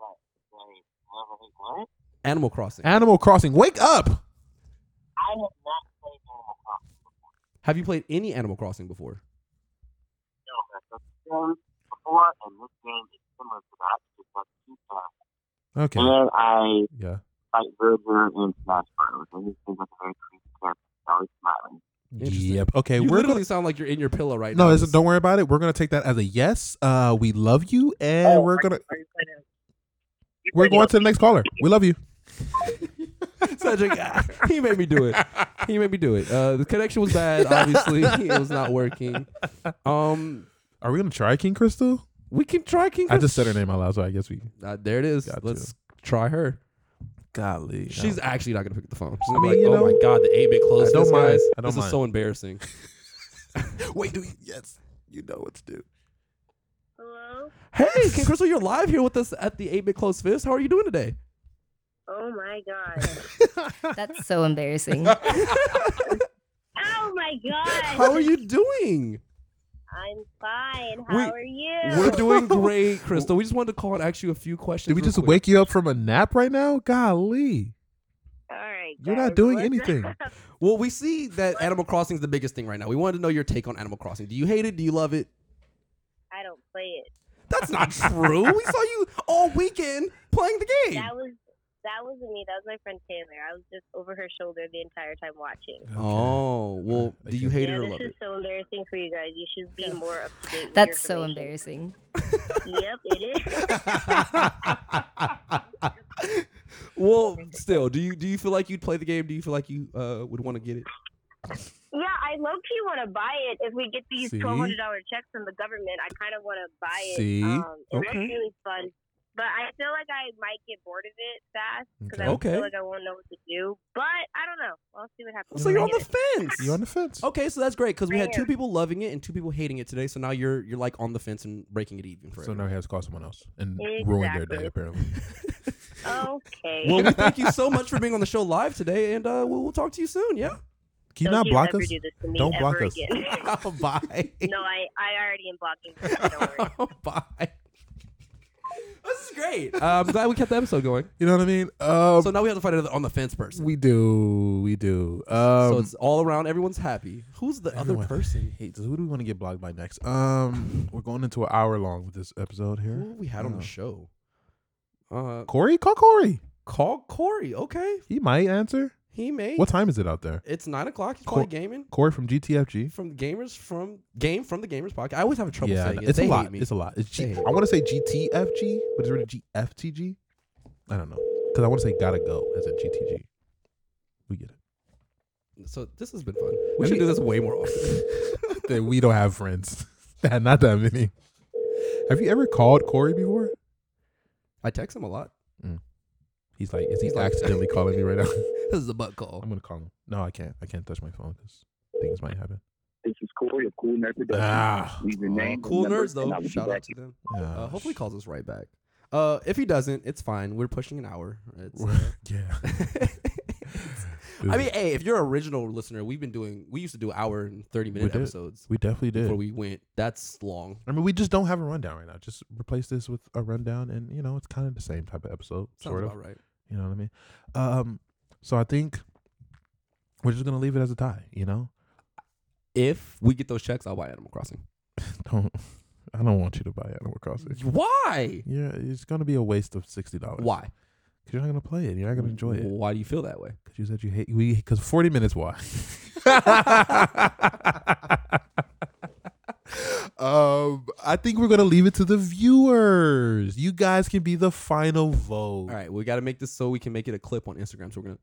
S5: wait, what, wait, what?
S2: Animal Crossing.
S1: Animal Crossing. Wake
S5: I have
S1: up.
S5: not played Animal Crossing.
S2: Have you played any Animal Crossing before?
S5: No, that's a game before, and this game is similar to that. It's like two times.
S1: Okay.
S5: And I
S1: yeah.
S5: fight Verger in Smash Bros. And this thing with a very creepy character, always smiling.
S2: Interesting.
S1: Yep. Okay.
S2: you
S1: we're
S2: literally
S1: gonna,
S2: sound like you're in your pillow right
S1: no.
S2: now.
S1: It's, don't worry about it. We're gonna take that as a yes. Uh, we love you, and
S5: Oh,
S1: we're gonna we're going to the next caller. We love you.
S2: Cedric, ah, he made me do it. He made me do it. Uh, the connection was bad. Obviously, it was not working. Um,
S1: Are we gonna try King Crystal?
S2: we can try King.
S1: I just said her name out loud, so I guess we.
S2: Uh, there it is.
S1: Got to.
S2: Let's try her.
S1: Golly.
S2: She's actually not gonna pick up the phone. She's gonna
S1: I
S2: be
S1: mean,
S2: like,
S1: you
S2: "Oh my
S1: know,
S2: god, the eight bit close."
S1: I don't
S2: this,
S1: mind.
S2: guys.
S1: I don't
S2: this
S1: mind.
S2: is so embarrassing.
S1: wait. Do we? Yes. You know what to do.
S6: Hello?
S2: Hey, King Crystal, you're live here with us at the eight bit close fist. How are you doing today?
S6: Oh my god.
S7: That's so embarrassing.
S6: oh my god.
S2: How are you doing?
S6: I'm fine.
S2: We-
S6: How are you?
S2: We're doing great, Crystal. We just wanted to call and ask you a few questions.
S1: Did we
S2: real
S1: just
S2: quick.
S1: wake you up from a nap right now? Golly.
S6: All right.
S1: You're not
S6: guys,
S1: doing
S6: what's
S1: anything.
S6: up?
S2: Well, we see that Animal Crossing is the biggest thing right now. We wanted to know your take on Animal Crossing. Do you hate it? Do you love it?
S6: I don't play it.
S2: That's not true. we saw you all weekend playing the game.
S6: That was that wasn't me. That was my friend Taylor. I was just over her shoulder the entire time watching.
S2: Oh, well, do you hate it
S6: yeah,
S2: or
S6: this
S2: love
S6: is
S2: it?
S6: so embarrassing for you guys. You should be more up to date. with
S7: That's
S6: your
S7: so
S6: information.
S7: embarrassing.
S6: Yep, it is.
S2: well, still, do you do you feel like you'd play the game? Do you feel like you uh, would want to get it?
S6: Yeah, I love if you want to buy it. If we get these
S1: See?
S6: twelve hundred dollar checks from the government, I kind of want to buy it.
S1: See?
S6: Um, it looks
S2: Okay.
S6: really fun, but I feel like I might get bored of it fast because
S1: Oh,
S6: I
S2: Okay.
S6: feel like I won't know what to do. But I don't know. I'll see what happens.
S2: So
S6: when
S2: you're
S6: I
S2: on
S6: get
S2: the fence.
S1: You're on the fence.
S2: okay, so that's great because we had two
S6: Man.
S2: people loving it and two people hating it today. So now you're you're like on the fence and breaking it even for
S1: So now he has to call someone else and ruin their day,
S6: Exactly.
S1: apparently.
S6: it. Okay.
S2: Well, we thank you so much for being on the show live today, and uh, we'll, we'll talk to you soon. Yeah.
S1: Can you
S6: Don't
S1: not
S6: you
S1: block
S6: ever
S1: us?
S6: do this to me
S1: Don't block
S6: ever
S1: us.
S6: again.
S2: Oh, Bye.
S6: no, I, I already am blocking. you, Don't worry.
S2: Oh, Bye. This is great. Uh, I'm glad we kept the episode going.
S1: You know what I mean? Um,
S2: So now we have to find another on the fence person.
S1: we do. We do. Um,
S2: so it's all around. Everyone's happy. Who's the
S1: everyone
S2: other person?
S1: hates us. Who do we want to get blocked by next? Um, we're going into an hour long with this episode
S2: Who
S1: here.
S2: have we had on
S1: Oh.
S2: the show? Uh,
S1: Corey, call Corey.
S2: call Corey. Okay,
S1: He might answer.
S2: he may.
S1: What time is it out there?
S2: It's nine o'clock. He's
S1: Cor-
S2: probably gaming
S1: Corey from GTFG.
S2: from gamers from game from the gamers podcast. I always have trouble
S1: Yeah, I
S2: saying
S1: know.
S2: it.
S1: it's
S2: They
S1: a
S2: hate
S1: lot.
S2: me.
S1: It's a lot. It's G-
S2: They
S1: I
S2: hate me.
S1: want to say GTFG, but it's really GFTG. I don't know because I want to say gotta go as a GTG. We get it.
S2: So this has been fun. We should do this way more often.
S1: that we don't have friends. That- Not that many. Have you ever called Corey before?
S2: I text him a lot.
S1: He's like, is he
S2: He's like-
S1: accidentally calling me right now?
S2: This is a butt call.
S1: I'm gonna call him. No, I can't. I can't touch my phone because things might happen.
S8: This is Corey of Cool Nerd Productions.
S1: Ah.
S8: Leave your
S2: Uh,
S8: name.
S2: cool
S8: and number,
S2: nerds
S8: and
S2: though.
S8: I'll be
S2: Shout
S8: back.
S2: out to them.
S1: Yeah.
S2: Uh, hopefully he calls us right back. Uh, if he doesn't, it's fine. We're pushing an hour. It's, uh,
S1: yeah.
S2: it's- I mean, hey, if you're an original listener, we've been doing. We used to do hour and thirty minute
S1: did.
S2: episodes
S1: we definitely did.
S2: before we went. That's long.
S1: I mean, we just don't have a rundown right now. Just replace this with a rundown, and you know, it's kind of the same type of episode,
S2: Sounds
S1: sort of.
S2: about right.
S1: You know what I mean? Um, so I think we're just gonna leave it as a tie. You know,
S2: If we get those checks, I'll buy Animal Crossing.
S1: don't I don't want you to buy Animal Crossing.
S2: Why?
S1: Yeah, it's gonna be a waste of sixty dollars.
S2: Why?
S1: Because you're not gonna play it. You're not gonna enjoy it.
S2: Why do you feel that way?
S1: Because you said you hate we. Because forty minutes. Why? um, I think we're gonna leave it to the viewers. You guys can be the final vote.
S2: All right, we got to make this so we can make it a clip on Instagram. So we're gonna.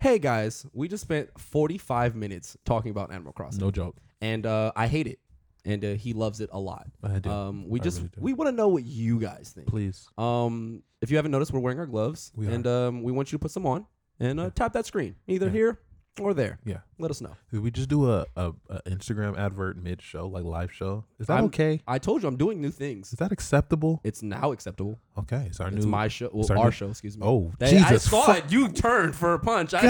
S2: Hey guys, we just spent 45 minutes talking about Animal Crossing,
S1: No joke.
S2: and uh, I hate it, and uh, he loves it a lot.
S1: I do.
S2: Um, we
S1: I
S2: just
S1: really do.
S2: we want to know what you guys think.
S1: Please.
S2: Um, if you haven't noticed, we're wearing our gloves,
S1: We
S2: and um, we want you to put some on and uh, tap that screen, either
S1: Yeah.
S2: here or there.
S1: Yeah.
S2: Let us know.
S1: Did we just do a, a, a Instagram advert mid show, like live show? Is that
S2: I'm-
S1: okay?
S2: I told you I'm doing new things.
S1: Is that acceptable?
S2: It's now acceptable.
S1: Okay, it's our
S2: It's
S1: new
S2: my show. Well,
S1: it's our
S2: our
S1: new-
S2: show, excuse me.
S1: Oh,
S2: That- I
S1: Jesus!
S2: saw
S1: fuck.
S2: it. You turned for a punch. I-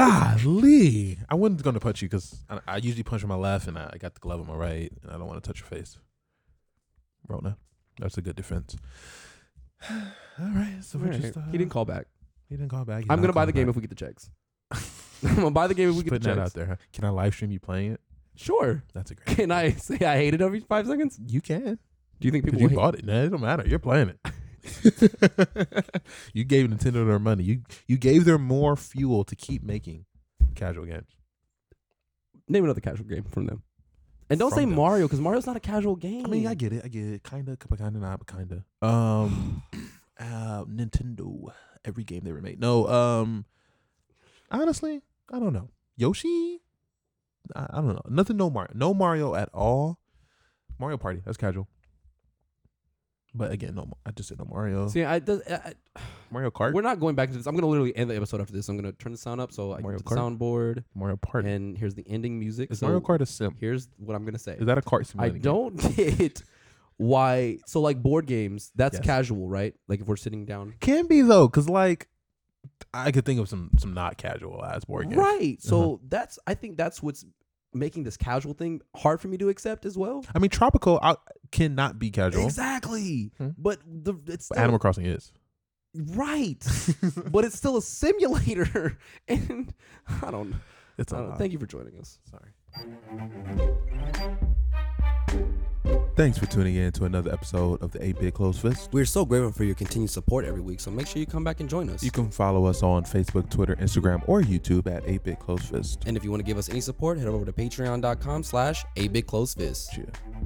S1: Golly, I wasn't gonna punch you because I, I usually punch with my left, and I, I got the glove on my right, and I don't want to touch your face. Rona, that's a good defense. All right, so
S2: All
S1: we're
S2: right.
S1: just uh,
S2: he didn't call back.
S1: He didn't call back.
S2: I'm gonna buy the game if we get the checks. I'm gonna buy the game if we
S1: Just
S2: get the
S1: putting
S2: checks.
S1: that out there. huh? Can I live stream you playing it?
S2: Sure.
S1: That's a great.
S2: Can I say I hate it every five seconds?
S1: You can.
S2: Do you think people?
S1: Because you
S2: hate-
S1: bought it. Nah, it don't matter. You're playing it. you gave Nintendo their money. You you gave them more fuel to keep making casual games.
S2: Name another casual game from them. And don't
S1: From
S2: say
S1: them.
S2: Mario because Mario's not a casual game.
S1: I mean, I get it. I get it. Kinda, but kinda not, but kinda. Um, uh, Nintendo. Every game they ever made. No. Um, honestly, I don't know. Yoshi. I, I don't know. Nothing. No Mario. No Mario at all. Mario Party. That's casual. But again, no. I just said no Mario.
S2: See, I, does, I,
S1: Mario
S2: I-
S1: Kart.
S2: we're not going back into this. I'm gonna literally end the episode after this. I'm gonna turn the sound up so I
S1: Mario
S2: can get the
S1: Kart?
S2: soundboard.
S1: Mario Party.
S2: And here's the ending music.
S1: Is
S2: so
S1: Mario Kart a sim?
S2: Here's what I'm gonna say.
S1: Is that a cart
S2: I
S1: simulator? game?
S2: don't get why. So like board games, that's
S1: Yes.
S2: casual, right? Like if we're sitting down.
S1: Can be though, because like I could think of some some not casual ass board games.
S2: Right. So
S1: Mm-hmm.
S2: that's I think that's what's making this casual thing hard for me to accept as well.
S1: I mean, tropical I, cannot be casual.
S2: Exactly.
S1: Hmm.
S2: But the it's
S1: But
S2: still-
S1: Animal Crossing is.
S2: right. but it's still a simulator, and I don't.
S1: It's
S2: I
S1: a
S2: don't
S1: lot.
S2: Oh, thank you for joining us. Sorry.
S1: Thanks for tuning in to another episode of the Eight Bit Close Fist.
S2: We're so grateful for your continued support every week. So make sure you come back and join us.
S1: You can follow us on Facebook, Twitter, Instagram, or YouTube at Eight Bit Close Fist.
S2: and if you want to give us any support, head over to patreon.com slash a big close fist.
S1: Yeah.